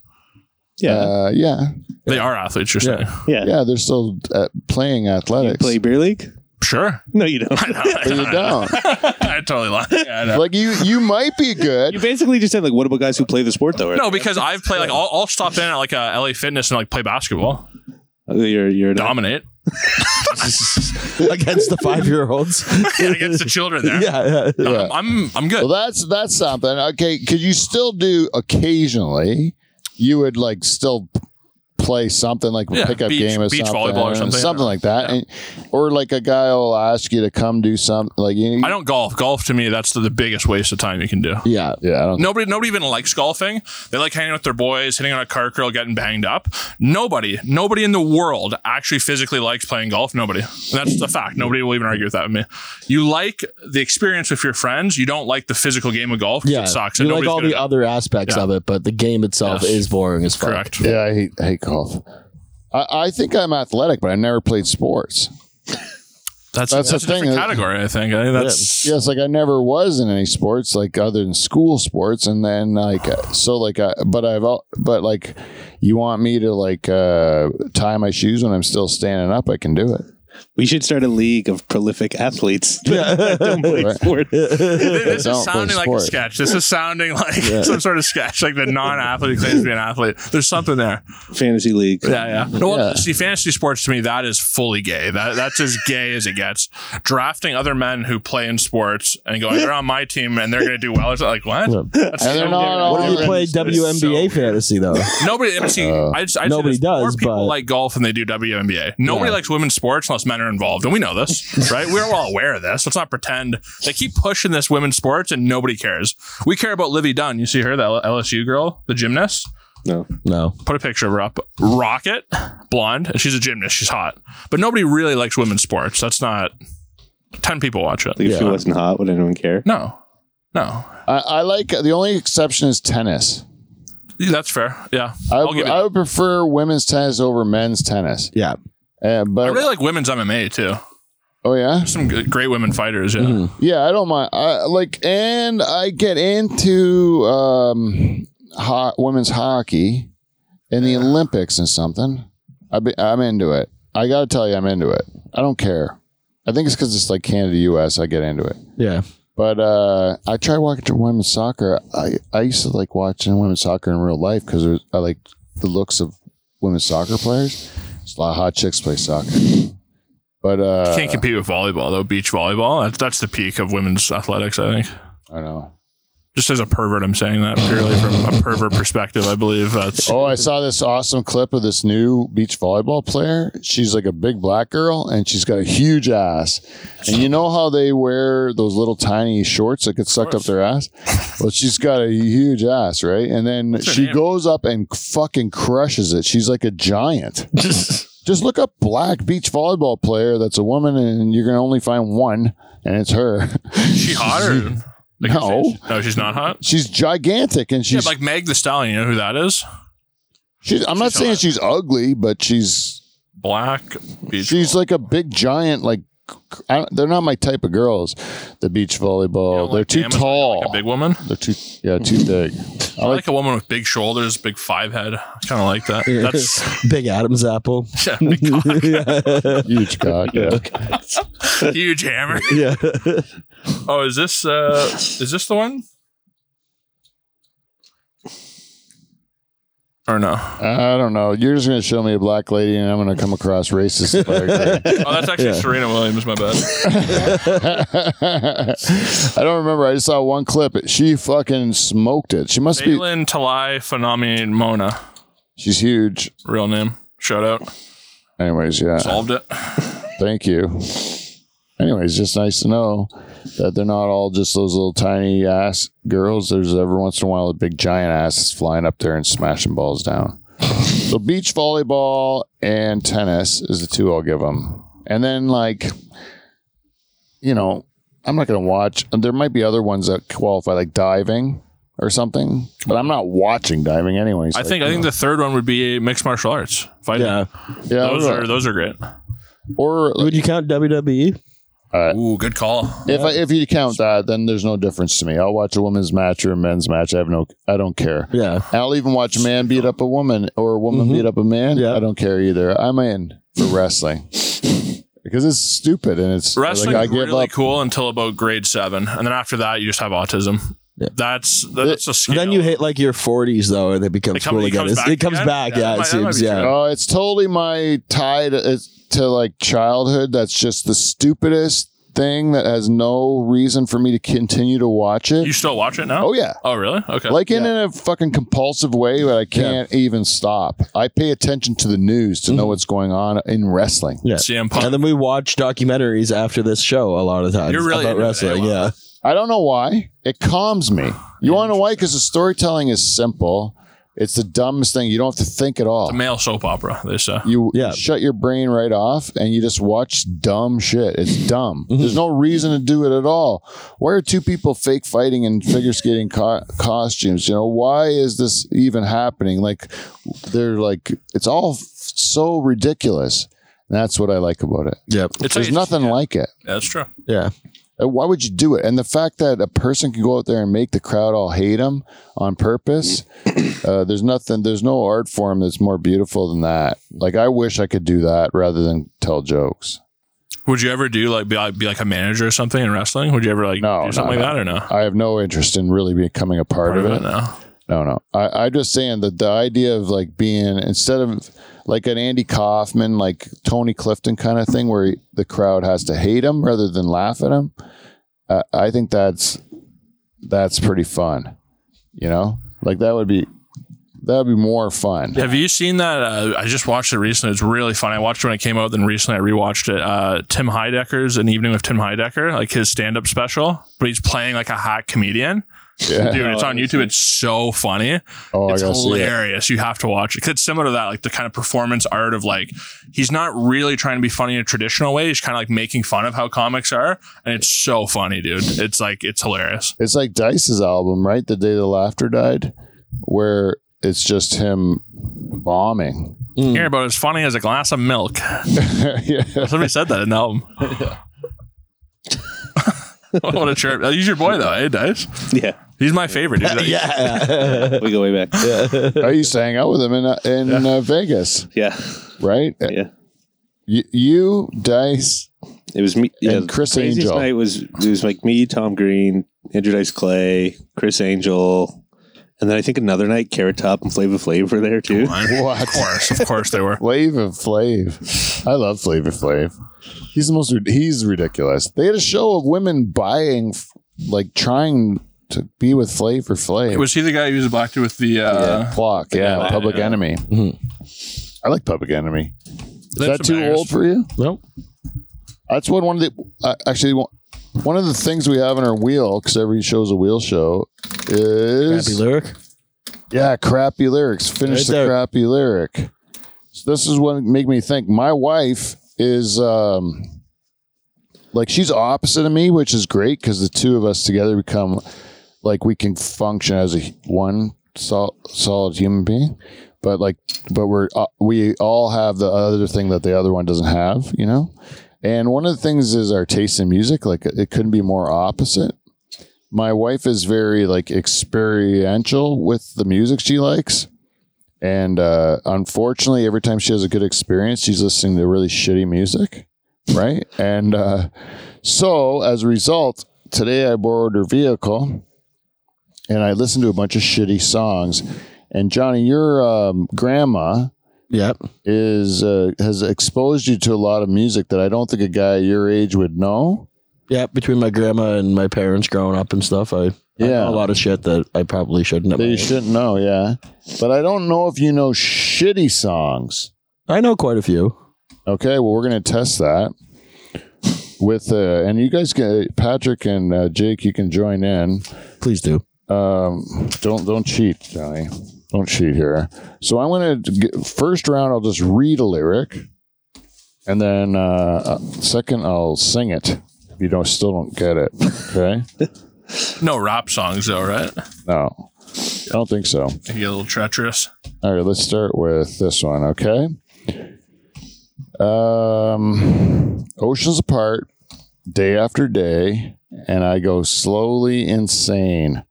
C: Yeah.
A: Uh, yeah,
B: They are athletes. You're saying
C: <laughs> Yeah.
A: yeah, they're still uh, playing
C: You
A: athletics,
C: play beer league?
B: sure.
C: No, you
A: <laughs>
C: don't.
B: <laughs>
A: but you don't.
B: I totally lied. Yeah,
A: <laughs>
B: I know.
A: like you, you might be
B: <laughs>
C: You
A: good.
C: basically just said like, what about guys who play the sport though? Right?
B: no, because I've played like I'll, I'll stop in at like uh, a LA Fitness and like play basketball,
C: Oh, you're you're not-
B: dominate
D: Against the five year
B: <laughs>
D: olds. <laughs>
B: against the children there.
D: Yeah. yeah.
A: <laughs> Yeah.
B: I'm I'm good.
A: Well, that's that's something. Okay, because you still do occasionally. You would like still play something like
B: Yeah,
A: a pickup
B: beach-
A: game or
B: beach
A: something,
B: volleyball or something.
A: like that, And- or like a guy will ask you to come do something. Like you,
B: I don't golf. Golf to me, that's the, the biggest waste of time you can do.
A: Yeah, yeah, I don't.
B: Nobody, nobody even likes golfing. They like hanging out with their boys, hitting on a cart girl, getting banged up. Nobody, nobody in the world actually physically likes playing golf. Nobody. And that's the fact. Nobody will even argue with that with me. You like the experience with your friends. You don't like the physical game of golf. 'cause
E: Yeah,
B: It sucks.
E: You
B: and
E: like
B: nobody's
E: all
B: good
E: the
B: at
E: other aspects
B: Yeah.
E: of it, but the game itself
B: Yes.
E: is boring as
B: it.
E: fuck.
B: Correct.
A: Yeah, I hate, hate golf. I, I think I'm athletic, but I never played sports.
B: That's,
A: That's
B: that's,
A: the
B: a
A: thing.
B: different category, I think. I think that's.
A: Yes, like I never was in any sports, like other than school sports, and then like uh, so, like I, but I've al- but like you want me to like uh tie my shoes when I'm still standing up? I can do it.
C: We should start a league of prolific athletes. <laughs> that don't play
A: Right.
C: sport.
A: <laughs>
B: <laughs> This
A: Don't play
B: is sounding like a
A: sport.
B: sketch. This is sounding like <laughs> some sort of sketch, like the non-athlete who claims to be an athlete. There's something there.
C: Fantasy league.
B: Yeah, yeah. No, <laughs> well,
A: Yeah.
B: see, fantasy sports to me that is fully gay. That that's as gay as it gets. Drafting other men who play in sports and going, they're on my team and they're going to do well. It's like what? That's
A: And they're
B: so
A: not
B: gay.
A: all-
D: What if you
A: It's
D: play WNBA fantasy,
E: <laughs>
D: though?
B: Nobody, I mean, see,
A: Uh,
B: I just, I just
D: Nobody
B: say this, more
D: does,
B: people
D: but-
B: like golf than they do WNBA. Nobody likes women's sports unless men are involved, and we know this, right? We're all aware of this. Let's not pretend they keep pushing this women's sports and nobody cares. We care about Livy Dunn. You see her, the L- LSU girl, the gymnast.
C: No.
D: No.
B: Put a picture of her up. Rocket, blonde, and she's a gymnast. She's hot, but nobody really likes women's sports. That's not ten people watch it.
C: Like if it wasn't hot, would anyone care? <laughs>
B: No, no,
A: I, I like the only exception is tennis.
B: that's fair. Yeah,
A: I,
B: I'll
A: would-
B: give you.
A: I
B: that.
A: would prefer women's tennis over men's tennis,
D: Yeah.
A: uh,
B: I
A: but
B: really like women's MMA too.
A: Oh yeah,
B: Some g- great women fighters. Yeah.
D: Mhm.
A: yeah. I don't mind. I like, and I get into um, ho- women's hockey and the Olympics and something. I be, I'm into it. I gotta tell you, I'm into it. I don't care. I think it's because it's like Canada, U.S. I get into it.
D: Yeah.
A: But uh, I try watching women's soccer. I, I used to like watching women's soccer in real life because I like the looks of women's soccer players. It's a lot of hot chicks play soccer. But uh,
B: Can't compete with volleyball though. Beach volleyball. That's, that's the peak of women's athletics. I think.
A: I don't know.
B: Just as a pervert, I'm saying that purely from a pervert perspective. I believe that's.
A: Oh, I saw this awesome clip of this new beach volleyball player. She's like a big black girl and she's got a huge ass. And you know how they wear those little tiny shorts that get sucked up
B: course.
A: their ass? Well, she's got a huge ass, right? And then
B: her
A: she
B: name?
A: goes up and fucking crushes it. She's like a
B: <laughs>
A: giant. Just look up black beach volleyball player that's a woman and you're going to only find one and it's her. <laughs>
B: Is she hot or? Like,
A: No.
B: No, she's not hot.
A: She's gigantic and
B: Yeah,
A: she's
B: like Meg the Stallion. You know who that is?
A: she's I'm not
B: she's
A: saying
B: hot.
A: she's ugly, but she's
B: Black. Beach
A: She's like a big giant. Like I don't, they're not my type of girls. The beach volleyball.
B: You don't
A: they're
B: like
A: too
B: damas, but you
A: tall.
B: Like a big woman.
A: they're too yeah too big. I
B: I
A: like
B: <laughs> like a woman with big shoulders, big five head. I kind of like that. That's <laughs>
D: Big Adam's apple.
B: yeah, big <laughs>
D: <laughs>
B: cock,
A: huge cock. Yeah.
B: huge hammer.
D: Yeah.
B: Oh, is this uh is this the one? Or no? Oh,
A: I don't know. You're just gonna show me a black lady, and I'm gonna come across racist. if I agree. <laughs>
B: Oh, that's actually Serena Williams. My bad.
A: I don't remember. I just saw one clip. She fucking smoked it. She must be.
B: Balin Talai Phenami Mona,
A: She's huge.
B: real name. Shout out.
A: Anyways, yeah.
B: Solved it.
A: Thank you. Anyways, just nice to know that they're not all just those little tiny ass girls. There's every once in a while a big giant ass that's flying up there and smashing balls down. so beach volleyball and tennis is the two I'll give them. And then like, you know, I'm not going to watch. There might be other ones that qualify, like diving or something. But I'm not watching diving anyways.
B: I
A: Like,
B: think I
A: you
B: think the third one would be mixed martial arts fighting.
D: Yeah.
A: know, yeah,
B: Those
A: or-
B: are those are great.
A: or uh,
D: Would you count E? WWE?
B: Ooh, good call.
A: If I, if you count that, then there's no difference to me. I'll watch a women's match or a men's match. I have no, I don't care.
D: Yeah.
A: I'll even watch a man beat up a woman or a woman
D: Mhm.
A: beat up a man.
D: Yeah.
A: I don't care either. I'm in for wrestling because it's stupid and it's
B: Wrestling
A: like, I
B: is
A: give
B: really
A: up.
B: cool until about grade seven, and then after that, you just have autism.
D: Yeah.
B: That's that's a scale.
D: Then you hit like your 40s though, and it becomes
B: It come-
D: cool
B: it
D: again.
B: comes
D: It's-
B: back
D: it comes
B: again?
D: back.
B: Yeah,
D: Yeah,
B: that
D: it
B: might- that might
D: seems.
B: be
D: Yeah.
B: true.
A: Oh, it's totally my tie to, it's to like childhood. That's just the stupidest thing that has no reason for me to continue to watch it.
B: You still watch it now?
A: oh yeah.
B: Oh, really? Okay.
A: like in a fucking compulsive way but i can't even stop i pay attention to the news to know what's going on in wrestling
D: Yeah.
B: CM Punk.
D: <laughs> And then we watch documentaries after this show a lot of times
B: You're really
D: about
B: into it,
D: wrestling.
B: eh?
D: Yeah.
A: i don't know why it calms me you want to know why because the storytelling is simple it's the dumbest thing you don't have to think at all
B: a male soap opera. They say.
A: you
D: Yeah.
A: shut your brain right off and you just watch dumb shit. It's dumb. There's no reason to do it at all. Why are two people fake fighting in figure skating co- costumes? You know, why is this even happening? Like, they're like, it's all f- so ridiculous. And that's what I like about it.
D: Yep.
B: It's
A: There's
B: like-
A: nothing like it.
B: Yeah, that's true. <laughs>
D: Yeah.
A: Uh, Why would you do it? And the fact that a person can go out there and make the crowd all hate him on purpose, uh, there's nothing, there's no art form that's more beautiful than that. Like, I wish I could do that rather than tell jokes.
B: Would you ever do like be like, be like a manager or something in wrestling? Would you ever like
A: No,
B: do something
A: no,
B: like that or no?
A: I have no interest in really becoming a part, of it.
B: no.
A: No, no. I, I'm just saying that the idea of like being instead of like an Andy Kaufman, like Tony Clifton kind of thing, where he- the crowd has to hate him rather than laugh at him. Uh, I think that's that's pretty fun. You know, like that would be that would be more fun.
B: Have you seen that? Uh, I just watched it recently. It's really funny. I watched it when it came out, then recently I rewatched it. Uh, Tim Heidecker's An Evening with Tim Heidecker, like his stand up special, but he's playing like a hot comedian.
A: Yeah.
B: Dude, it's on YouTube. It's so funny.
A: Oh,
B: it's
A: I gotta see it.
B: hilarious. You have to watch it. 'Cause It's similar to that, like the kind of performance art of like he's not really trying to be funny in a traditional way. He's kind of like making fun of how comics are, and it's so funny, dude. It's like it's hilarious.
A: It's like Dice's album, right? The day the laughter died, where it's just him bombing. <laughs> Hmm.
B: Hear about as funny as a glass of milk.
A: yeah.
B: Somebody said that in the album. <laughs> what a chirp. He's your boy, though. Hey, Dice.
C: Yeah,
B: He's my favorite. Dude.
D: <laughs>
B: Like,
D: yeah.
C: we go way back.
A: I used to hang out with him in uh, in uh, Vegas,
C: Yeah,
A: right?
C: yeah.
A: Y- you, Dice,
C: It was me. Yeah,
A: and Chris
C: craziest
A: Angel.
C: night was it was like me, Tom Green, Andrew Dice Clay, Chris Angel, and then I think another night, Carrot Top and Flavor Flav were there too.
A: What?
B: <laughs> Of course. Of course they were.
A: Flavor Flav. I love Flavor Flav. He's the most. rid- He's ridiculous. They had a show of women buying, f- like trying to be with Flavor Flav.
B: Was he the guy who was a black dude with the. Uh,
A: Clock, yeah,
B: Yeah,
A: Public
B: yeah.
A: Enemy.
D: Mhm.
A: I like Public Enemy. Is
B: That's
A: that too
B: embarrassing.
A: old for you?
D: Nope.
A: That's what one of the uh, actually one- one of the things we have in our wheel because every show's a wheel show
D: Happy
A: is
D: lyric.
A: yeah crappy lyrics. Finish
D: Right
A: the
D: there.
A: crappy lyric. So this is what make me think. My wife is um like she's opposite of me, which is great because the two of us together become like we can function as a one sol- solid human being. But like, but we're uh, we all have the other thing that the other one doesn't have, you know. And one of the things is our taste in music. Like, it couldn't be more opposite. My wife is very like experiential with the music she likes. And uh, unfortunately, every time she has a good experience, she's listening to really shitty music, right? <laughs> And uh, so, as a result, today I borrowed her vehicle, and I listened to a bunch of shitty songs. And Johnny, your um, grandma
D: Yep.
A: is uh, has exposed you to a lot of music that I don't think a guy your age would know.
D: Yep. Between my grandma and my parents growing up and stuff, I, I
A: Yeah.
D: know a lot of shit that I probably shouldn't have.
A: That you shouldn't know, yeah. But I don't know if you know shitty songs.
D: I know quite a few.
A: Okay, well, we're going to test that with, uh, and you guys can, Patrick and uh, Jake, you can join in.
D: Please do.
A: Um, don't don't cheat, Johnny. Don't cheat here. So I'm gonna g first round. I'll just read a lyric, and then uh, uh, second I'll sing it. If you don't still don't get it, okay? <laughs>
B: no rap songs, though, right?
A: No, I don't think so.
B: You get a little treacherous.
A: All right, let's start with this one, okay? Um, oceans apart, day after day, and I go slowly insane.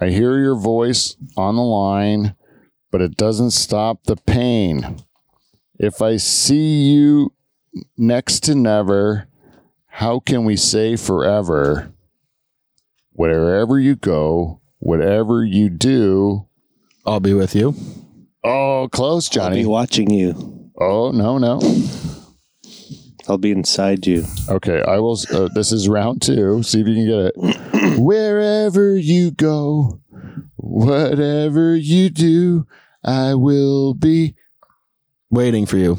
A: I hear your voice on the line, but it doesn't stop the pain. If I see you next to never, how can we say forever? Wherever you go, whatever you do.
D: I'll be with you.
A: Oh, close,
C: I'll be
A: Johnny.
C: watching you.
A: Oh no no.
C: I'll be inside you.
A: Okay, I will. Uh, this is round two. See if you can get
C: <clears throat>
A: it. Wherever you go, whatever you do, I will be. <clears throat>
D: Waiting for you.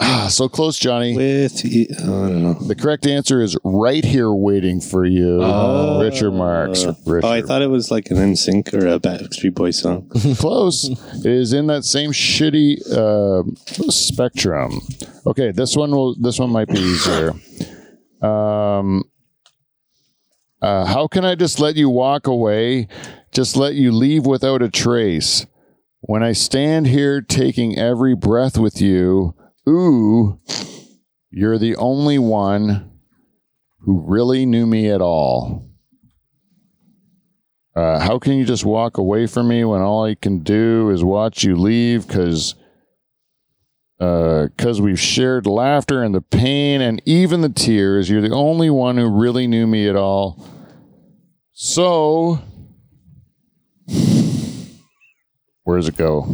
A: Ah, so close, Johnny.
C: With you. I don't know.
A: The correct answer is right here, waiting for you.
C: Oh.
A: Richard Marks. Richard.
C: Oh, I thought it was like an NSYNC or a Backstreet Boy song.
A: close is in that same shitty uh, spectrum. Okay, this one will. This one might be easier. Um, uh, how can I just let you walk away? Just let you leave without a trace. When I stand here taking every breath with you, ooh, you're the only one who really knew me at all. Uh, how can you just walk away from me when all I can do is watch you leave? Because because we've shared laughter and the pain and even the tears. You're the only one who really knew me at all. So, where does it go?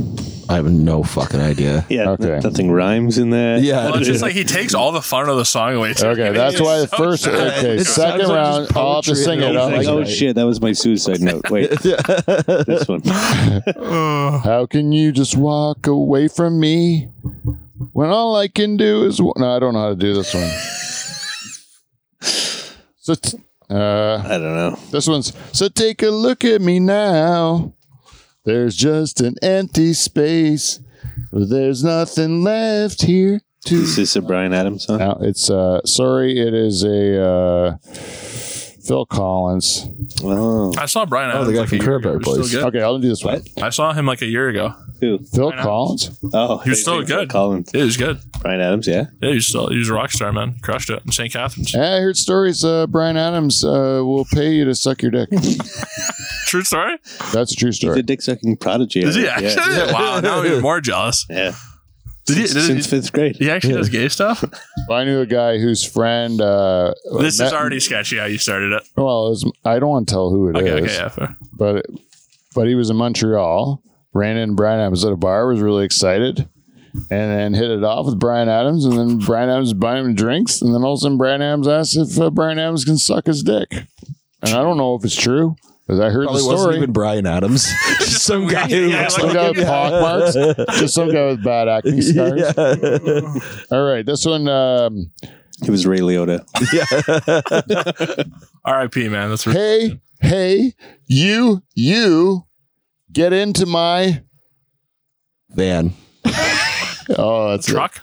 D: I have no fucking
E: <laughs>
D: idea.
C: Yeah.
A: Okay.
C: Nothing rhymes in that.
D: Yeah.
B: Well, it's just like he takes all the fun of the song away. too.
A: Okay, that's why the first. Okay,
D: It
A: second
D: sounds like
A: round.
D: just
A: I'll have to
D: poetry
A: sing
D: and
A: it.
C: It's
A: I don't
C: like,
A: like
C: oh
A: it.
C: shit, that was my suicide note. Wait,
A: <laughs>
C: this one.
B: Ugh.
A: How can you just walk away from me when all I can do is wa- no? I don't know how to do this one. so, t- uh,
C: I don't know.
A: this one's so take a look at me now. There's just an empty space. There's nothing left here to.
C: Is this a Brian Adams song?
A: Now it's uh, sorry. It is a uh, Phil Collins.
C: Oh,
B: I saw Brian.
E: Oh,
B: Adams
E: the guy
B: like
E: from
B: a year
E: Curb
B: ago. He
E: Your
B: was still
E: Place.
B: good.
A: Okay, I'll do this one.
C: What?
B: I saw him like a year ago.
C: who?
A: Phil
B: Why not?
A: Collins.
C: Oh,
B: He was
C: they
B: still
C: think
B: good.
C: Collins,
B: Yeah, he was good.
C: Brian Adams, yeah.
B: Yeah, he was still he was a rock star, man. Crushed it in St. Catharines.
A: Yeah, I heard stories. Uh, Brian Adams uh, will pay you to suck your dick.
B: True story.
A: That's a true
C: He's a
A: story.
C: dick sucking prodigy.
B: Is he
C: Yeah.
B: actually?
C: Yeah.
B: Wow. Now I'm even more jealous.
C: Yeah.
B: Did he?
C: Since,
B: Did
C: since
B: he
C: fifth grade.
B: he actually does gay stuff.
A: I knew a guy whose friend. Uh,
B: This is
A: met-
B: already sketchy. How you started it?
A: Well, it was, I don't want to tell who it is,
B: Okay, okay, yeah, fair.
A: but but he was in Montreal. Ran in Brian Adams at a bar. Was really excited, and then hit it off with Brian Adams. And then Brian Adams was buying him drinks. And then all of a sudden, Brian Adams asked if uh, Brian Adams can suck his dick. And I don't know if it's true because I heard
E: Probably
A: the
E: wasn't
A: story.
D: <laughs>
E: even Brian Adams. <laughs> Just some guy who
B: Yeah,
E: looks
B: like-
A: some
E: <laughs>
A: guy with
D: <laughs>
A: pockmarks, just some guy with bad acne scars.
E: Yeah.
A: All right, this one. Um,
C: He was Ray Liotta.
B: R.I.P. Man. That's re-
A: hey, hey, you, you, get into my.
E: Van.
A: Oh, that's it.
B: truck.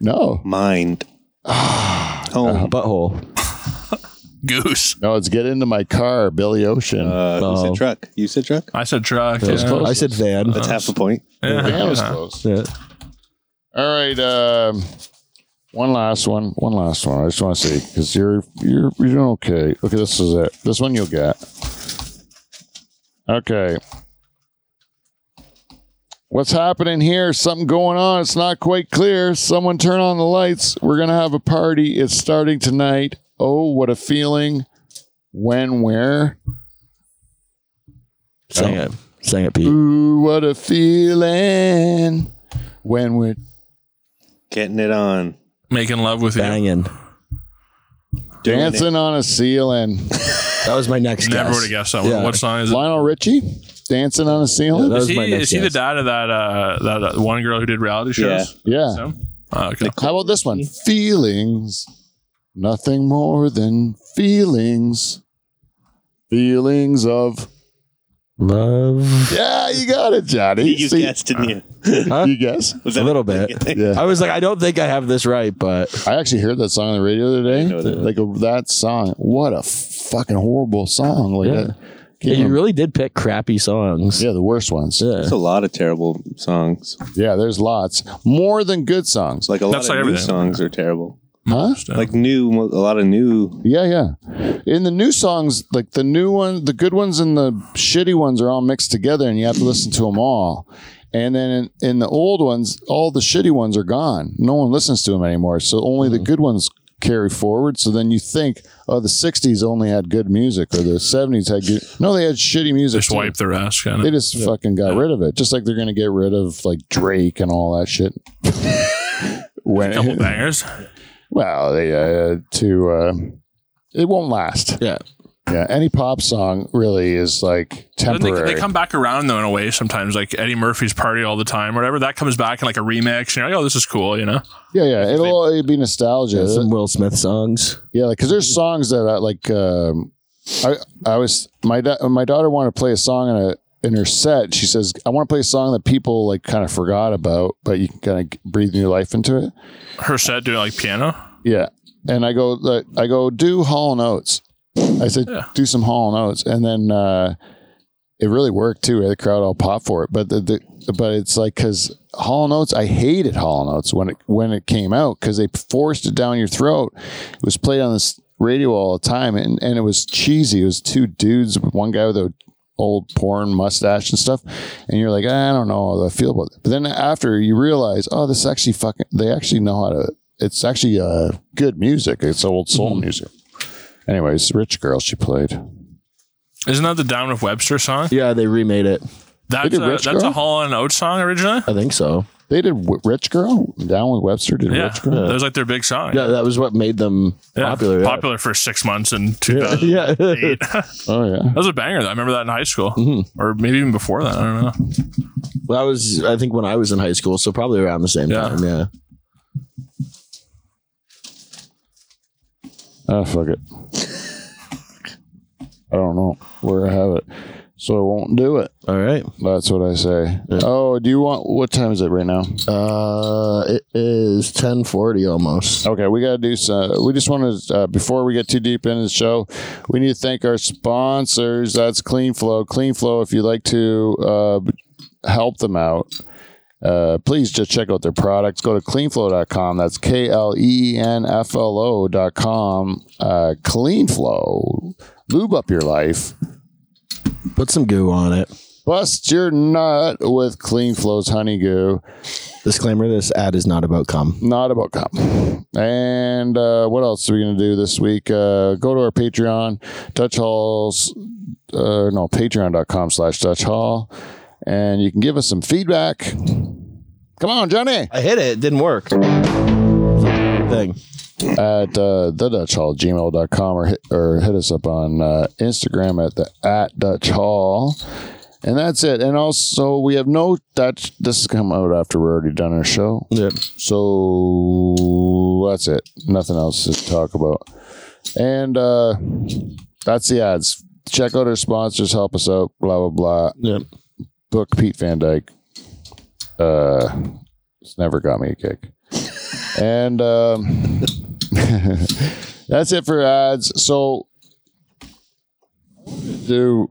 A: No, <sighs>
C: Mind.
E: Uh-huh.
A: Uh-huh.
C: Home.
E: Butthole.
B: Goose.
A: no, it's get into my car, Billy Ocean.
C: Uh, who
A: Uh-huh.
E: Oh.
C: said truck? You said truck?
B: I said truck.
A: That was
B: yeah.
A: close.
E: I Uh, said van.
C: That's
B: Uh-huh.
C: half a point.
B: Yeah,
A: That
B: <laughs>
A: was
B: yeah.
A: close.
E: Yeah.
A: All right, um, one last one, one last one. I just want to see because you're you're you're doing okay. Okay, this is it. This one you'll get. Okay. What's happening here? Something going on. It's not quite clear. Someone turn on the lights. We're going to have a party. It's starting tonight. Oh, what a feeling. When, where?
E: Sang it. Sang it, Pete.
A: Ooh, what a feeling. When we're
C: Getting it on.
B: Making love with you.
E: Banging.
C: Doing it.
A: dancing on a ceiling.
E: That was my next
B: Never
E: guess.
B: would have guessed that. one.
E: Yeah.
B: What song is it?
A: Lionel Richie dancing on a ceiling.
E: Yeah, that
B: Is
E: was
B: he,
E: my next
B: is he the
E: guess.
B: dad of that uh that, that one girl who did reality
C: Yeah.
B: shows?
A: Yeah.
B: So? Oh, okay.
A: How about this one? Feelings, nothing more than feelings, feelings of.
E: Love.
A: Yeah, you got
E: <laughs>
A: it, Johnny.
C: You
A: See-
C: guessed,
A: <laughs>
C: didn't you? <laughs>
E: Huh?
A: You guess?
C: Was
E: A little bit.
A: Yeah,
E: <laughs> I was like, I don't think I have this right, but
A: I actually heard that song on the radio the
C: know
A: other day.
C: that.
A: Like a, that song, what a fucking horrible song! Like
E: Yeah.
A: that.
E: yeah, you
A: Can't-
E: really did pick crappy songs.
A: yeah, the worst ones. Yeah.
E: Yeah.
C: There's a lot of terrible songs.
A: there's lots more than good songs.
C: It's like a
B: That's
C: lot
B: like
C: of new
B: everything.
C: songs are terrible.
A: Huh?
B: uh,
C: Like new, mo- a lot of new.
A: Yeah, yeah. In the new songs, like the new one, the good ones and the shitty ones are all mixed together, and you have to listen to them all. And then in, in the old ones, all the shitty ones are gone. No one listens to them anymore. So only the good ones carry forward. So then you think, oh, the '60s only had good music, or the '70s had good. No, they had shitty music.
B: just
A: too.
B: wipe their ass kind
A: They
B: of.
A: just fucking got rid of it, just like they're gonna get rid of like Drake and all that shit.
B: A couple
A: when,
B: bangers.
A: well, they uh, to uh, it won't last.
E: Yeah.
A: Yeah, any pop song really is like
B: But They,
A: temporary.
B: they come back around though in a way sometimes. Like Eddie Murphy's party all the time, or whatever. That comes back in like a remix, and you're like, oh, this is cool, you know.
A: yeah, yeah, it'll, it'll be nostalgia.
E: Some Will Smith songs.
A: Yeah, like because there's songs that I like. Um, I I was my da- my daughter wanted to play a song in a in her set. She says, "I want to play a song that people like kind of forgot about, but you can kind of breathe new life into it."
B: Her set doing like piano.
A: Yeah, and I go like, I go do Hall and Oates. I said
B: Yeah.
A: do some Hall and Oates, and then uh, it really worked too. The crowd all popped for it, but the, the but it's like because Hall and Oates, I hated Hall and Oates when it when it came out because they forced it down your throat. It was played on this radio all the time, and and it was cheesy. It was two dudes, one guy with a old porn mustache and stuff and you're like "Eh, i don't know how i feel about it but then after you realize oh this actually fucking they actually know how to it's actually uh good music it's old soul music anyways rich girl she played
B: Isn't that the Down with Webster song?
E: Yeah, they remade it.
B: That's
A: did
B: a,
A: Rich
B: that's a
A: Girl?
B: Hall and Oates song originally.
E: I think so.
A: they did w- rich girl down with webster did
B: Yeah,
A: rich
B: that <laughs>
A: girl
B: was like their big song.
E: Yeah, that was what made them
B: Yeah.
E: popular. yeah.
B: popular for six months
A: <laughs>
B: in 2008.
E: <laughs> Yeah.
B: <laughs> that
A: oh yeah
B: was a banger. Though. I remember that in high school, or maybe even before that. I don't know.
E: Mm-hmm. Well, that was I think when I was in high school, so probably around the same
B: Yeah.
E: time. Yeah.
A: Ah, fuck it. I don't know where I have it. So I won't do it.
D: All right.
A: That's what I say.
E: Yeah.
A: Oh, do you want what time is it right now?
E: Uh, it is ten forty almost.
A: Okay, we got to do some. We just want to, uh, before we get too deep into the show, we need to thank our sponsors. That's Clean Flow. Clean Flow, if you'd like to uh, help them out, uh, please just check out their products. Go to cleanflow.com. That's K L E N F L O.com. Uh, Clean Flow. Lube up your life.
D: Put some goo on it.
A: Bust your nut with Clean Flow's honey goo.
D: Disclaimer: This ad is not about cum.
A: not about cum. And uh, what else are we going to do this week? Uh, go to our Patreon, Dutch Hall's, uh, no, patreon.com slash Dutch Hall, and you can give us some feedback. Come on, Johnny,
D: I hit it. It didn't work. Thing.
A: at uh, the Dutch Hall, gmail.com, or hit, or hit us up on uh, Instagram at the at Dutch Hall. And that's it. And also, we have no Dutch. This has come out after we're already done our show.
D: Yep.
A: So that's it. Nothing else to talk about. And uh that's the ads. Check out our sponsors, help us out, blah blah blah.
D: Yep.
A: Book Pete Van Dyke. Uh it's never got me a kick. <laughs> and um <laughs> that's it for ads. So do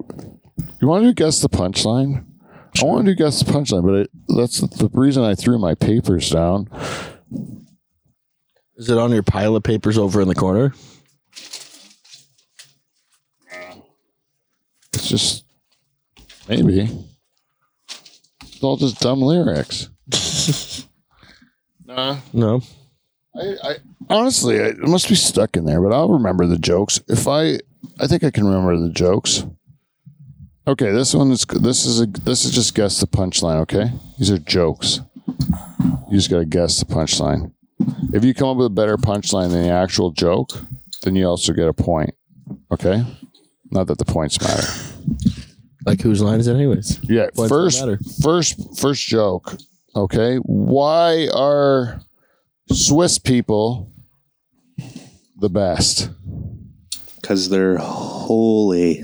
A: you want to guess the punchline? I wanted to guess the punchline, but it, that's the reason I threw my papers down.
D: Is it on your pile of papers over in the corner?
A: It's just maybe. It's all just dumb lyrics. nah.
D: No.
A: I, I honestly, I, it must be stuck in there, but I'll remember the jokes. If I, I think I can remember the jokes. Okay, this one is this is a this is just guess the punchline. Okay, these are jokes. You just gotta guess the punchline. If you come up with a better punchline than the actual joke, then you also get a point. Okay, not that the points matter.
D: Like whose line is it, anyways?
A: Yeah,
D: Points don't
A: first,
D: matter.
A: first, first joke. Okay, why are Swiss people the best?
C: because they're holy.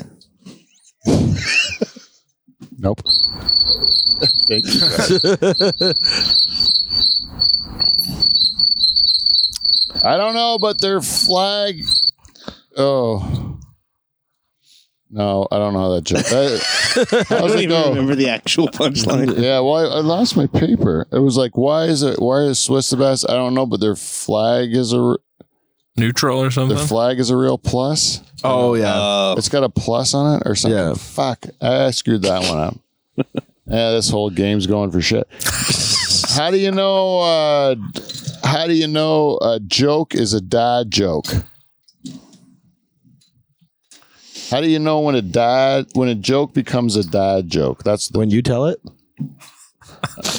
A: Nope. I don't know, but their flag. Oh. No, I don't know how that joke. That,
C: <laughs> I
A: how's
C: don't
A: it
C: even
A: go?
C: remember the actual
A: <laughs>
C: punchline.
A: Yeah, why I lost my paper. It was like, why is it? Why is Swiss the best? I don't know, but their flag is a r-
B: Neutral or something.
A: their flag is a real plus.
D: Uh-huh. Oh yeah.
C: Uh,
A: It's got a plus on it or something.
D: Yeah.
A: Fuck. I screwed that one
D: <laughs>
A: up. yeah, this whole game's going for shit. how do you know uh how do you know a joke is a dad joke? How do you know when a dad when a joke becomes a dad joke? That's the
D: when you tell it.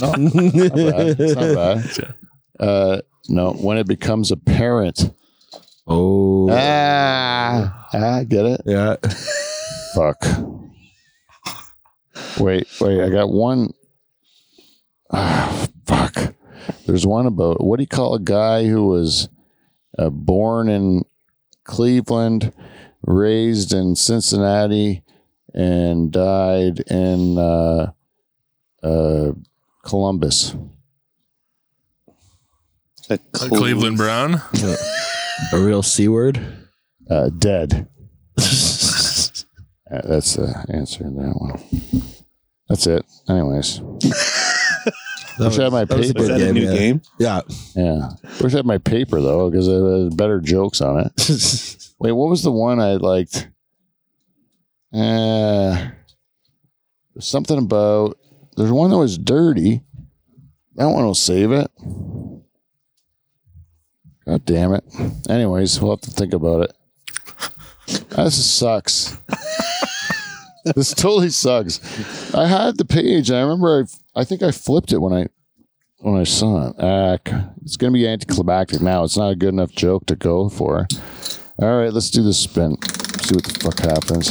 A: bad. It's not bad. Uh, no, when it becomes apparent.
D: <laughs> oh.
A: Ah, ah, get it?
D: Yeah.
A: Fuck. Wait, wait. I got one. Ah, fuck. There's one about what do you call a guy who was uh, born in Cleveland, raised in Cincinnati, and died in uh, uh, Columbus.
C: a
B: Like
C: Cle-
B: Cleveland Brown.
D: A real c word.
A: Uh, dead. Uh, That's the answer to that one. That's it.
D: <laughs>
A: Anyways,
D: That
A: Wish I had my
D: that was a
A: paper.
C: Is
D: good
C: that a new
D: yeah.
C: game? <laughs>
D: Yeah.
A: yeah. Wish I had my paper though, because it had better jokes on it. Wait, what was the one I liked? Uh, something about there's one that was dirty. That one will save it. God damn it. Anyways, we'll have to think about it. <laughs> This sucks. <laughs> this totally sucks. I had the page. I remember. I, I think I flipped it when I when I saw it. Uh, c- it's going to be anticlimactic now. It's not a good enough joke to go for. All right, let's do the spin. See what the fuck happens.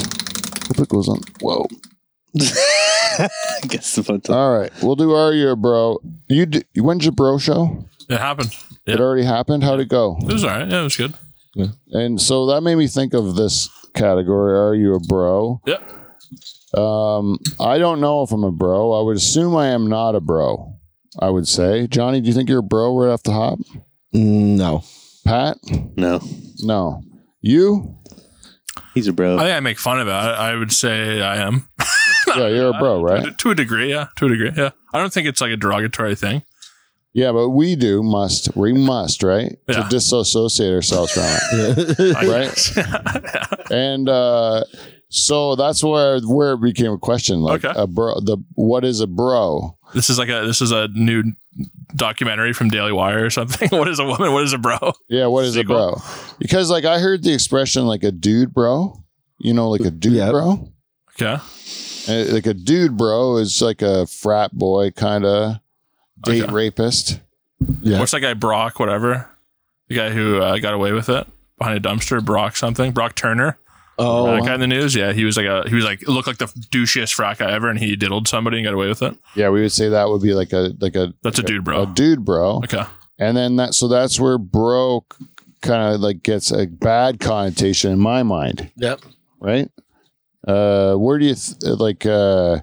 A: Hope it goes on. Whoa.
C: I guess the punchline.
A: All right, we'll do our year, bro. You d- when's your bro show?
B: It happened.
A: It
B: Yeah.
A: already happened. How'd it go?
B: It was all right. Yeah, it was good.
A: And so that made me think of this category. Are you a bro?
B: Yep.
A: Um, I don't know if I'm a bro. I would assume I am not a bro. I would say, Johnny, do you think you're a bro right off the hop?
D: No.
A: Pat,
C: No,
A: no.
B: <laughs>
A: You,
C: he's a bro.
B: I think I make fun of it. I, I would say I am.
A: yeah, you're a bro,
B: <laughs>
A: right?
B: To a degree, yeah. To a degree, yeah. I don't think it's like a derogatory thing.
A: Yeah, but we do must. We must, right? To
B: Yeah.
A: disassociate ourselves from it.
B: I-
A: Right. and uh, so that's where where it became a question. Like
B: Okay.
A: a bro, the what is a bro?
B: <laughs> this is like a this is a new documentary from Daily Wire or something. <laughs> what is a woman? What is a bro? <laughs>
A: Yeah, what is
B: Sequel.
A: a bro? Because like I heard the expression like a dude bro. You know, like a dude
D: Yeah.
A: bro.
B: Okay.
A: Uh, Like a dude bro is like a frat boy kind of date
B: Okay.
A: rapist.
D: Yeah.
B: What's that guy Brock? Whatever. The guy who uh, got away with it behind a dumpster, Brock something, Brock Turner.
D: Oh,
B: that guy in the news. Yeah, he was like a he was like looked like the douchiest frat guy ever, and he diddled somebody and got away with it.
A: Yeah, we would say that would be like a like a
B: That's a dude, bro.
A: a dude bro.
B: Okay.
A: And then that so that's where bro kind of like gets a bad connotation in my mind.
E: Yep.
A: Right? Uh where do you th- like uh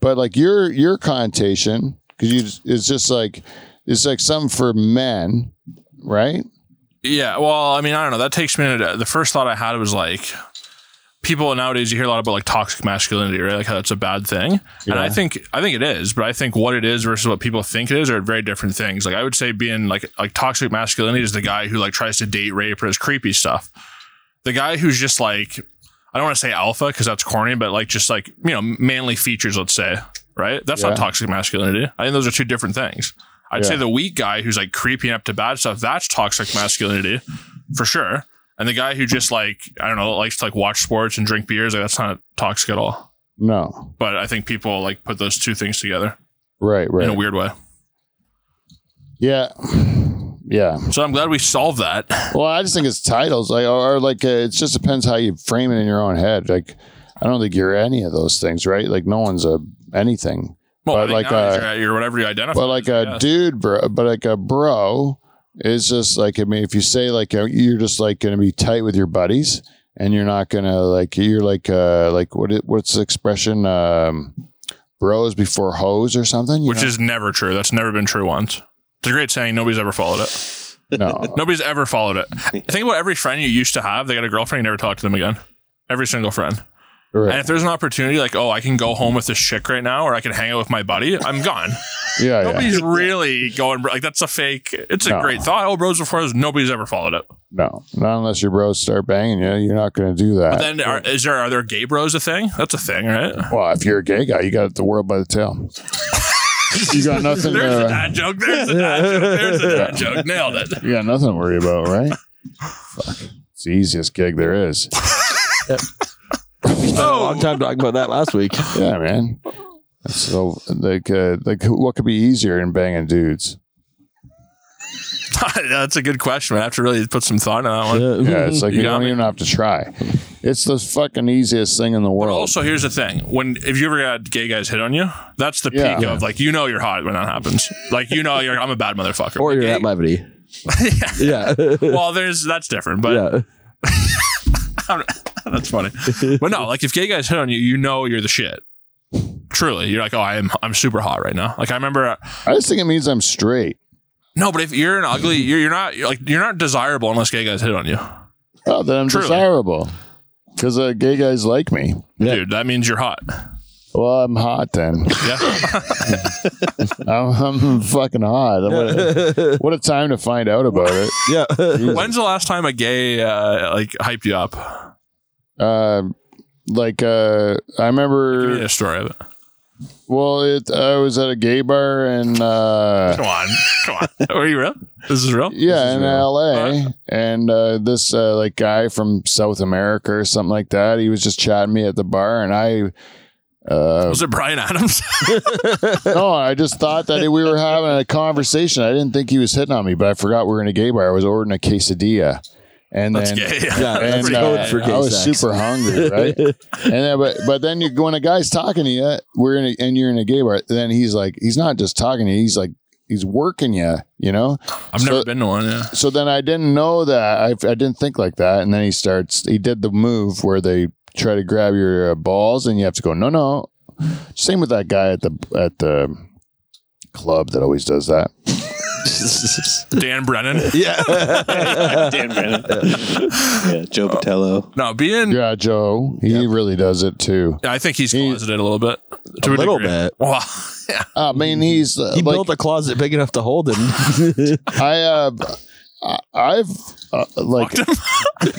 A: but like your your connotation cuz you it's just like it's like something for men, right?
B: Yeah, well, I mean, I don't know. That takes me to the first thought I had was like people nowadays you hear a lot about like toxic masculinity, right? Like how it's a bad thing. And I think I think it is, but I think what it is versus what people think it is are very different things. Like I would say being like like toxic masculinity is the guy who like tries to date rape or his creepy stuff. The guy who's just like I don't want to say alpha because that's corny, but like just like, you know, manly features, let's say, right? That's
A: Yeah.
B: not toxic masculinity. I think those are two different things. I'd
A: Yeah.
B: say the weak guy who's like creeping up to bad stuff, that's toxic masculinity for sure. And the guy who just like, I don't know, likes to like watch sports and drink beers, like that's not toxic at all.
A: No.
B: But I think people like put those two things together
A: Right,
B: in a
A: right.
B: weird way.
A: Yeah. <sighs> Yeah.
B: So I'm glad we
A: <laughs>
B: solved that.
A: Well, I just think it's titles, like or, or like uh, it just depends how you frame it in your own head. Like, I don't think you're any of those things, right? Like, no one's a anything,
B: Well,
A: But
B: I think
A: like,
B: like
A: uh,
B: nowadays, you're, you're whatever you identify.
A: but like uh,
B: as, I
A: a
B: guess.
A: dude, bro. But like a bro is just like I mean, if you say like uh, you're just like going to be tight with your buddies, and you're not gonna like you're like uh like what it, what's the expression um bros before hoes or something, you
B: which
A: know?
B: is never true. That's never been true once. It's a great saying. Nobody's ever followed it.
A: no.
B: Nobody's ever
A: <laughs>
B: followed it. Think about every friend you used to have. They got a girlfriend. You never talk to them again. Every single friend. <laughs> And
A: Right.
B: if there's an opportunity, like, oh, I can go home with this chick right now, or I can hang out with my buddy,
A: <laughs>
B: I'm gone.
A: Oh, Yeah, yeah.
B: Nobody's really going like that's a fake. It's a
A: No.
B: great thought. Oh, bros before us, nobody's ever followed it.
A: No, not unless your bros start banging you. You're not going to do that.
B: But then, are, is there are there gay bros a thing? That's a thing, right?
A: Well, if you're a gay guy, you got the world by the tail. you got nothing.
B: <laughs> There's a
A: To,
B: dad joke. There's a dad joke. There's a dad joke. Nailed it.
A: you got nothing to worry about, right? Fuck. It's the easiest gig there is.
D: a <laughs> long time talking about that last week.
A: Yeah, man. So, like, uh, like, what could be easier than banging dudes?
B: <laughs> that's a good question. Man. I have to really put some thought on that one.
A: Yeah, it's like you,
B: Mm-hmm. You got
A: don't
B: me.
A: even have to try. It's the fucking easiest thing in the
B: But
A: world.
B: also, here's the thing: when if you ever got gay guys hit on you, that's the
A: Yeah.
B: peak of like you know you're hot when that happens. like you know you're I'm a bad motherfucker.
D: or you're at levity. yeah. Yeah.
B: well, there's that's different, but <laughs> That's funny. But no, like if gay guys hit on you, you know you're the shit. Truly, you're like, oh, I'm I'm super hot right now. Like I remember, uh,
A: I just think it means I'm straight.
B: no, but if you're an ugly, you're, you're not you're like you're not desirable unless gay guys hit on you,
A: Oh, then I'm
B: Truly.
A: desirable because uh, gay guys like me.
D: Yeah.
B: dude. That means you're hot.
A: Well, I'm hot then. <laughs>
B: Yeah,
A: I'm, I'm fucking hot. What a-
B: <laughs>
D: Yeah.
A: what a time to find out about it.
D: yeah.
B: When's the last time a gay uh, like hyped you up?
A: uh, like uh, I
B: Give me
A: remember.
B: a story of it.
A: Well, it I was at a gay bar and uh,
B: Come on, come on. <laughs> Are you real? This is real.
A: yeah, in L.A.
B: Uh.
A: and uh, this uh, like guy from South America or something like that. He was just chatting me at the bar, and I. Uh,
B: <laughs> Was it Brian Adams?
A: no, I just thought that we were having a conversation. I didn't think he was hitting on me, but I forgot we were in a gay bar. I was ordering a quesadilla, and
B: That's
A: then
B: gay.
D: Yeah,
A: <laughs>
D: that's
A: and
B: pretty
A: uh,
B: good
D: for gay
A: I was
D: sex.
A: super
D: <laughs>
A: hungry, right? and then, but but then you when a guy's talking to you, we're in a, and you're in a gay bar. Then he's like, he's not just talking to you, he's like, he's working you, you know.
B: I've
A: So-
B: never been to one. Yeah.
A: So then I didn't know that I, I didn't think like that, and then he starts he did the move where they try to grab your uh, balls, and you have to go. No, no. Same with that guy at the at the club that always does that.
B: Dan Brennan.
C: <laughs> Dan Brennan. yeah, Joe Patello.
B: No, being
A: Yeah, Joe. He really does it too.
B: I think he's closeted a little bit. To a,
E: little
B: degree.
E: bit.
B: Well, yeah.
A: I mean, he's uh,
E: He
A: like,
E: built a closet big enough to hold
D: <laughs>
E: him.
A: I uh, I- I've uh, like I,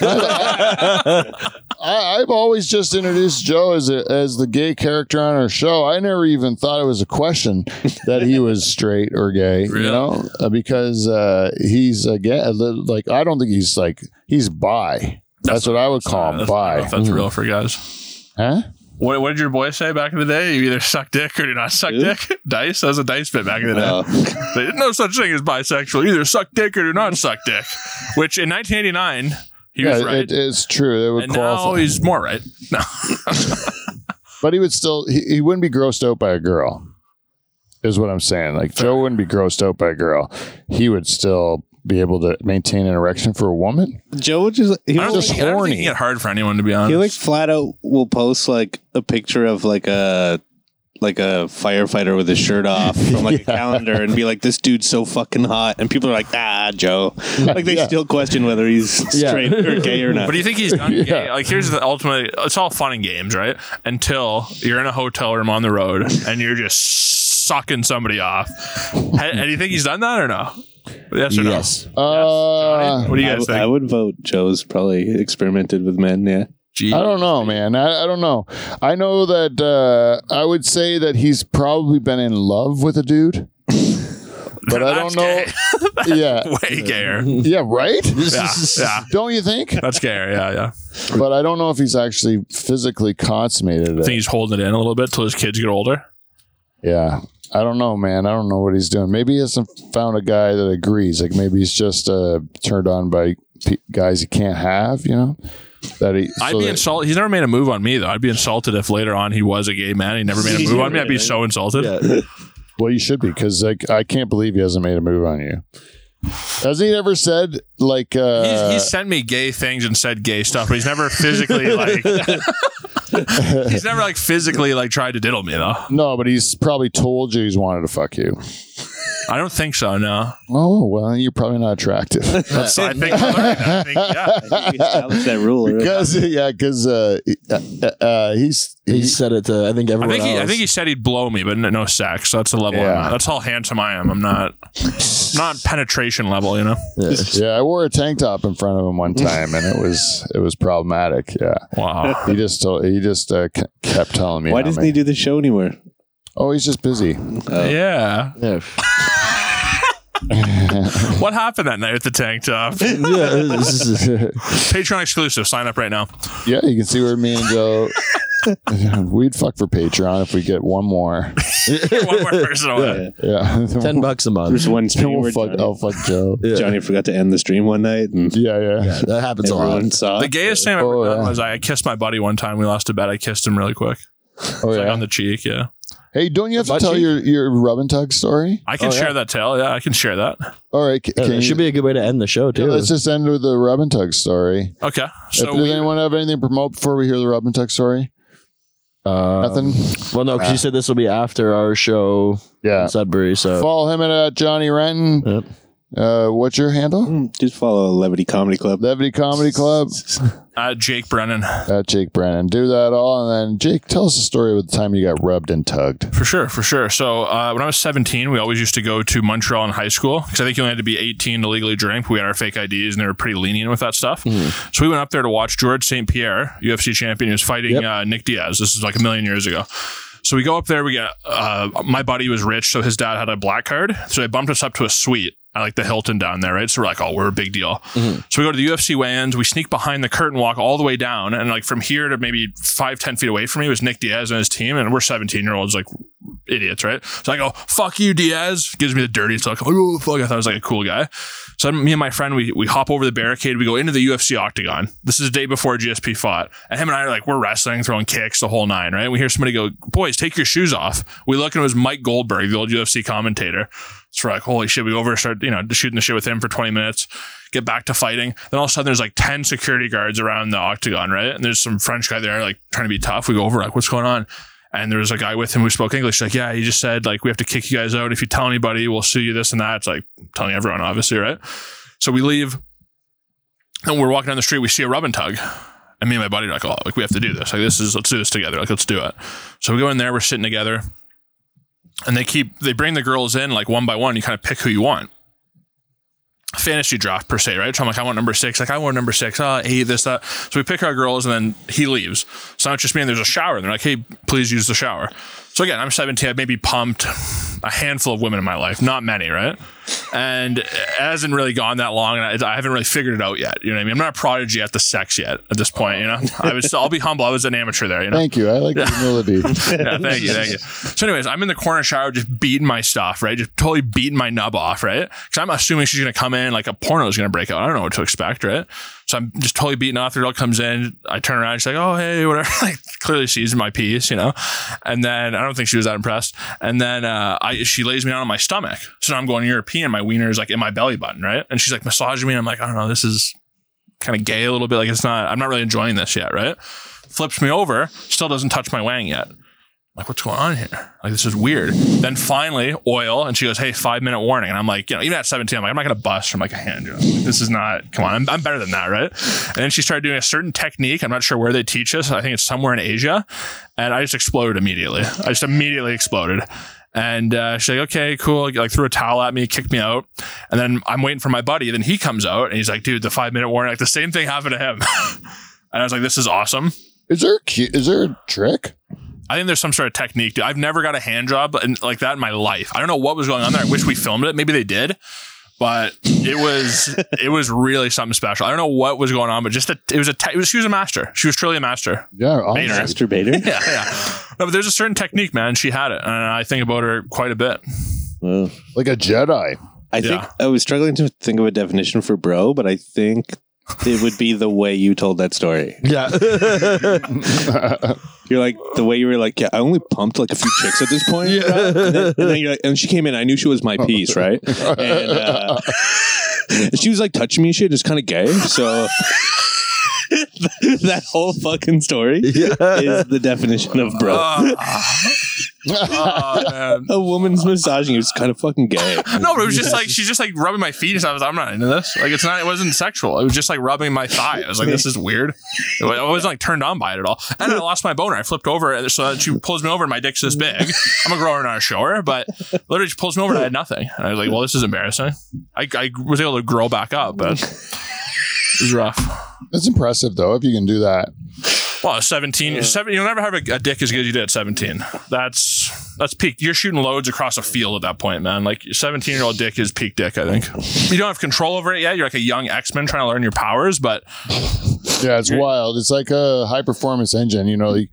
A: I've always just introduced Joe as a, as the gay character on our show. I never even thought it was a question that he was straight or gay,
B: Really?
A: you know, uh, because uh, he's a gay. a little- Like I don't think he's like he's bi. That's, what I would call him
B: That's- I don't know
A: bi.
B: if that's real for guys.
A: Huh?
B: What, what did your boy say back in the day? You either suck dick or do not suck
C: Who?
B: dick. <laughs> Dice. That was a dice bit back in the day.
C: Oh,
B: They didn't know such thing as bisexual. Either suck dick or do not suck dick. Which in 1989 he was
A: Yeah,
B: right,
A: it, it's true. They would
B: and now
A: qualify,
B: he's more right. No,
A: but he would still he, he wouldn't be grossed out by a girl. Is what I'm saying. Like Joe wouldn't be grossed out by a girl. He would still be able to maintain an erection for a woman.
C: <laughs> Joe would just he
B: I don't,
C: was
A: just
B: think, I don't think
A: horny.
B: he get hard for anyone to be honest.
C: He like flat out will post like a picture of like a like a firefighter with his shirt off from like a calendar and be like, "This dude's so fucking hot," and people are like, "Ah, Joe." Like they
A: Yeah.
C: still question whether he's
E: Yeah.
C: straight or gay or not.
B: But do you think he's
A: <laughs>
B: done
A: Yeah.
B: gay? Like, here's the ultimate. It's all fun and games, right? Until you're in a hotel room on the road and you're just sucking somebody off. Ha- do you think he's done that or no? Yes
E: Yes.
B: or no? Yes.
A: Uh,
B: Johnny? What do you
C: I,
B: guys
C: w- I
B: think?
C: would vote Joe's probably experimented with men. Yeah,
A: I don't know, man. I, I don't know. I know that uh, I would say that he's probably been in love with a dude, but
B: <laughs>
A: I
B: That's
A: don't know.
B: gay.
A: yeah,
B: <laughs>
A: <laughs>
B: Way gayer.
A: yeah, right.
B: <laughs> Yeah, yeah.
A: Don't you think?
B: That's gayer. Yeah, yeah.
A: But I don't know if he's actually physically consummated
B: I think
A: it.
B: he's holding it in a little bit till his kids get older.
A: Yeah, I don't know, man. I don't know what he's doing. Maybe he hasn't found a guy that agrees. Like maybe he's just uh, turned on by p- guys he can't have. You know that he.
B: I'd
A: so
B: be
A: that-
B: insulted. He's never made a move on me though. I'd be insulted if later on he was a gay man. and He
A: <laughs>
B: never made a move on me. I'd be so insulted.
C: <laughs>
A: Well, you should be because like I can't believe he hasn't made a move on you. Has he ever said like uh,
B: he's, he's sent me gay things and said gay stuff, but he's never
A: <laughs>
B: physically like. he's never like physically like tried to diddle me though.
A: no? But he's probably told you he's wanted to fuck you.
B: I don't think so. No,
A: Oh well, you're probably not
B: <laughs>
A: attractive
B: That's- I think. I learned that. I think, yeah.
C: we
A: <laughs>
C: established that rule. right?
A: because yeah, because uh, uh, uh, he's
E: He
A: he's
E: said it to I think
B: I
E: everyone
B: think he, I
E: else.
B: think he said he'd blow me, but no, no sex. That's the level. I'm
A: Yeah.
B: at. That's how handsome I am. I'm not, not penetration level. You know.
A: yeah. I wore a tank top in front of
E: <laughs>
A: him one time, and it was it was problematic. Yeah, <laughs>
B: Wow.
A: he just told, he just uh, k- kept telling me.
C: Why
A: how
C: doesn't
A: many-
C: he do the show anymore?
A: Oh, he's just busy.
B: Yeah.
E: Yeah.
B: What happened that night at the tank top?
E: <laughs> Yeah, this is-
B: Patreon exclusive. Sign up right now. <laughs>
A: Yeah, you can see where me and Joe. <laughs> We'd fuck for Patreon if we get one more.
B: <laughs> One more person away.
A: Yeah, <laughs>
E: ten bucks a month.
C: There's one
A: Then
C: stream
A: we'll
C: where
A: fuck, I'll
C: Johnny,
A: fuck Joe. Yeah,
C: Johnny forgot to end the stream one night, and
A: yeah.
E: That happens a lot.
C: everyone saw.
B: The
C: it.
B: gayest thing I've ever
A: Oh,
B: done
A: yeah.
B: was I kissed my buddy one time. We lost a bet. I kissed him really quick,
A: Oh,
B: like
E: uh,
A: yeah.
B: on the cheek. Yeah,
A: hey, don't you have to
E: butt
A: tell
E: cheek?
A: your, your rub and tug story?
B: I can share that tale. Yeah, I can share that.
A: All right. c-
E: Yeah,
A: Can
E: that
A: you,
E: should be a good way to end the show
A: yeah,
E: too.
A: let's just end with the rub and tug story.
B: Okay, so
A: Does
B: we,
A: anyone have anything to promote before we hear the rub and tug story?
B: Um,
E: Uh,
A: Nothing?
E: Well, no, because you said this will be after our show
A: Yeah.
E: in Sudbury. <laughs> So
A: Follow him at uh, Johnny Renton.
E: Yep.
A: Uh, what's your handle?
C: Mm, Just follow Levity Comedy Club.
A: Levity Comedy
C: <laughs>
A: Club
B: uh, Jake Brennan
A: at Jake Brennan. Do that all. And then, Jake, tell us the story with the time you got rubbed and tugged.
B: for sure, for sure. So uh, when I was 17, we always used to go to Montreal in high school because I think you only had to be 18 to legally drink. We had our fake IDs and they were pretty lenient with that stuff. So we went up there to watch George St. Pierre, UFC champion, who was fighting uh, Nick Diaz. This is like a million years ago. So we go up there. We get uh, my buddy was rich, so his dad had a black card. So they bumped us up to a suite at like the Hilton down there, right? So we're like, oh, we're a big deal. So we go to the UFC weigh-ins. We sneak behind the curtain, walk all the way down, and like from here to maybe five, ten feet away from me was Nick Diaz and his team, and we're seventeen year olds, like idiots, right? So I go, fuck you, Diaz. Gives me the dirtiest look. I'm like, oh, fuck. I thought I was like a cool guy. So me and my friend, we, we hop over the barricade. We go into the UFC octagon. This is the day before GSP fought. And him and I are like, we're wrestling, throwing kicks, the whole nine, right? We hear somebody go, boys, take your shoes off. We look and it was Mike Goldberg, the old UFC commentator. So we're like, holy shit, we go over, and start, you know, shooting the shit with him for 20 minutes, get back to fighting. Then all of a sudden there's like 10 security guards around the octagon, right? And there's some French guy there, like trying to be tough. We go over, like, what's going on? And there was a guy with him who spoke English. Like, yeah, he just said, like, we have to kick you guys out. If you tell anybody, we'll sue you this and that. It's like telling everyone, obviously, right? So we leave and we're walking down the street. We see a rub and tug. And me and my buddy are like, oh, like, we have to do this. Like, this is, let's do this together. Like, let's do it. So we go in there, we're sitting together. And they keep, they bring the girls in like one by one. You kind of pick who you want. Fantasy draft per se, right? So I'm like, I want number six. Like, I want number six. Ah, eight, this, that. So we pick our girls and then he leaves. So now it's just me and there's a shower. And they're like, hey, please use the shower. So again, I'm 17. I've maybe pumped a handful of women in my life, not many, right? And it hasn't really gone that long, and I, I haven't really figured it out yet. You know what I mean? I'm not a prodigy at the sex yet at this point. You know, I was. I'll be humble. I was an amateur there. You know.
A: Thank you. I like the humility.
B: Yeah, thank you, thank you. So, anyways, I'm in the corner shower, just beating my stuff, right? Just totally beating my nub off, right? Because I'm assuming she's gonna come in, like a porno is gonna break out. I don't know what to expect, right? So I'm just totally beaten off. The girl comes in. I turn around. She's like, "Oh, hey, whatever." <laughs> Like clearly sees my piece, you know. And then I don't think she was that impressed. And then uh, I she lays me down on my stomach. So now I'm going European. My wiener is like in my belly button, right? And she's like massaging me. And I'm like, I don't know. This is kind of gay a little bit. Like it's not. I'm not really enjoying this yet, right? Flips me over. Still doesn't touch my wang yet like what's going on here? Like this is weird. Then finally, oil, and she goes, "Hey, five minute warning." And I'm like, you know, even at 17, I'm like, I'm not gonna bust from like a hand job. Like, this is not. Come on, I'm, I'm better than that, right? And then she started doing a certain technique. I'm not sure where they teach us. I think it's somewhere in Asia. And I just exploded immediately. I just immediately exploded. And uh, she's like, okay, cool. Like threw a towel at me, kicked me out. And then I'm waiting for my buddy. Then he comes out and he's like, dude, the five minute warning. Like the same thing happened to him. <laughs> and I was like, this is awesome.
A: Is there a cu- is there a trick?
B: I think there's some sort of technique. Dude. I've never got a hand job and like that in my life. I don't know what was going on there. I wish we filmed it. Maybe they did, but it <laughs> was it was really something special. I don't know what was going on, but just a, it was a te- it was, she was a master. She was truly a master.
A: Yeah, honestly. <laughs>
B: Maynard.
C: Masturbator.
B: Yeah, yeah. <laughs> No, but there's a certain technique, man. She had it, and I think about her quite a bit.
C: Wow.
A: like a Jedi.
C: I think
B: Yeah.
C: I was struggling to think of a definition for bro, but I think it would be the way you told that story.
D: Yeah.
C: You're like the way you were like, yeah, I only pumped like a few chicks at this
A: <laughs>
C: point. yeah. and, then, and then you're like, and she came in. I knew she was my
A: Oh.
C: piece, right? And, uh, and she was like touching me and shit. It's kind of gay, so. <laughs> that whole
A: <laughs>
C: fucking story is the definition of bro.
B: Uh, <laughs> oh, man.
C: a woman's massaging you is kind of fucking gay.
B: No, but it was just like she's just like rubbing my feet. So I was, I'm not into this. Like it's not. It wasn't sexual. It was just like rubbing my thigh. I was like, this is weird. I wasn't like turned on by it at all. And I lost my boner. I flipped over, and so she pulls me over, and my dick's this big. I'm a grower, not a shower, but literally she pulls me over, and I had nothing. And I was like, well, this is embarrassing. I, I was able to grow back up, but it was rough.
A: That's impressive though, if you can do that.
B: Well, 17, 17 you'll never have a, a dick as good as you did at 17. That's that's peak. You're shooting loads across a field at that point, man. Like 17 year old dick is peak dick, I think. You don't have control over it yet. You're like a young X-Men trying to learn your powers, but
A: Yeah, it's wild. It's like a high performance engine. You know, you,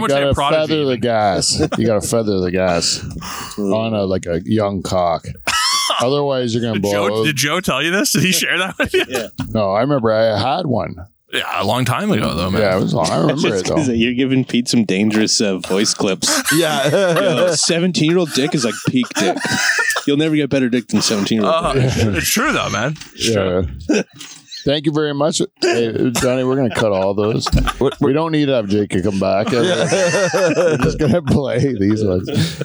A: you
B: would say
A: gotta
B: a prodigy,
A: feather the
B: even.
A: gas. You gotta feather the gas on a like a young
B: <laughs>
A: cock. Otherwise, you're gonna
B: did
A: blow.
B: Joe,
A: out.
B: did Joe tell you this?
A: <laughs>
B: Did he share that with you? Yeah,
A: no, I remember I had one.
B: a long time ago though, Oh, man.
A: Yeah, it was. Long. I remember
C: Just
A: it
C: 'cause
A: though.
C: you're giving Pete some dangerous uh, voice clips. <laughs>
D: yeah.
E: <laughs>
C: Seventeen year old dick is like peak dick. You'll never get better dick than seventeen year
A: <laughs>
C: old.
B: Uh, It's true though, man. It's true.
A: Yeah. <laughs> Thank you very much, Hey, Johnny. We're gonna cut all those. We don't need to have Jake come back. We're just gonna play these ones.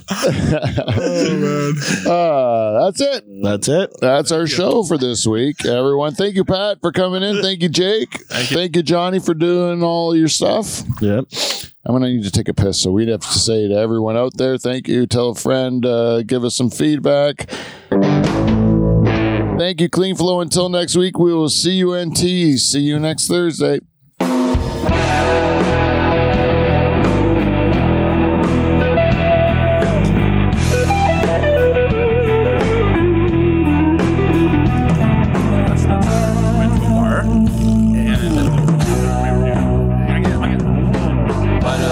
A: <laughs> Uh, that's it.
D: That's it.
A: That's our show for this week, everyone. Thank you, Pat, for coming in. Thank you, Jake. Thank you, Johnny, for doing all your stuff.
D: Yep.
A: I'm gonna need to take a piss, so we'd have to say to everyone out there, thank you. Tell a friend. Uh, give us some feedback. Thank you, Clean Flow. Until next week, we will see you NT. See you next Thursday.
B: went to a bar and I get, I get, but uh,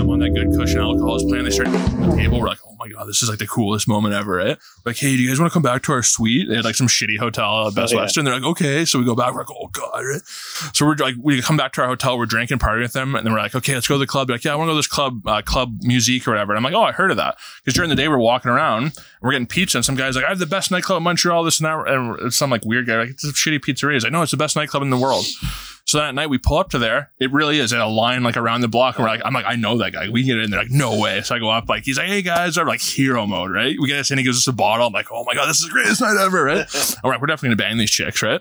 B: was playing. They started at the table. We're like, oh my god, this is like the coolest moment ever, right? Like, hey, do you guys want to come back to our suite? They had like some shitty hotel at Best
C: Oh, yeah.
B: Western. They're like, okay. So we go back. We're like, oh god. Right? So we're like, we come back to our hotel. We're drinking, partying with them, and then we're like, okay, let's go to the club. They're like, yeah, I want to go to this club, uh, club music or whatever. And I'm like, oh, I heard of that because during the day we're walking around and we're getting pizza, and some guy's like, I have the best nightclub in Montreal. This and that, and some like weird guy like it's a shitty pizzeria. He's like, no, it's the best nightclub in the world. So that night we pull up to there. It really is in a line like around the block. And we're like, I'm like, I know that guy. We can get in there. Like, no way. So I go up, like, he's like, hey guys, I'm like hero mode, right? We get us in, he gives us a bottle. I'm like, oh my God, this is the greatest night ever, right? All right, we're definitely gonna bang these chicks, right?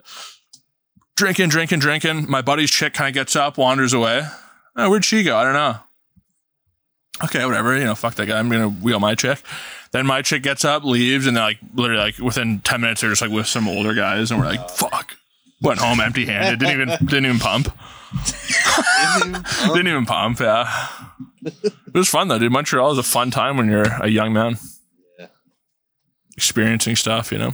B: Drinking, drinking, drinking. My buddy's chick kind of gets up, wanders away. Oh, where'd she go? I don't know. Okay, whatever. You know, fuck that guy. I'm gonna wheel my chick. Then my chick gets up, leaves, and then like literally like within ten minutes they're just like with some older guys, and we're like, fuck. Went home empty handed. Didn't <laughs> even didn't even pump. Didn't even pump. Yeah, it was fun though, dude. Montreal is a fun time when you're a young man, experiencing stuff. You know,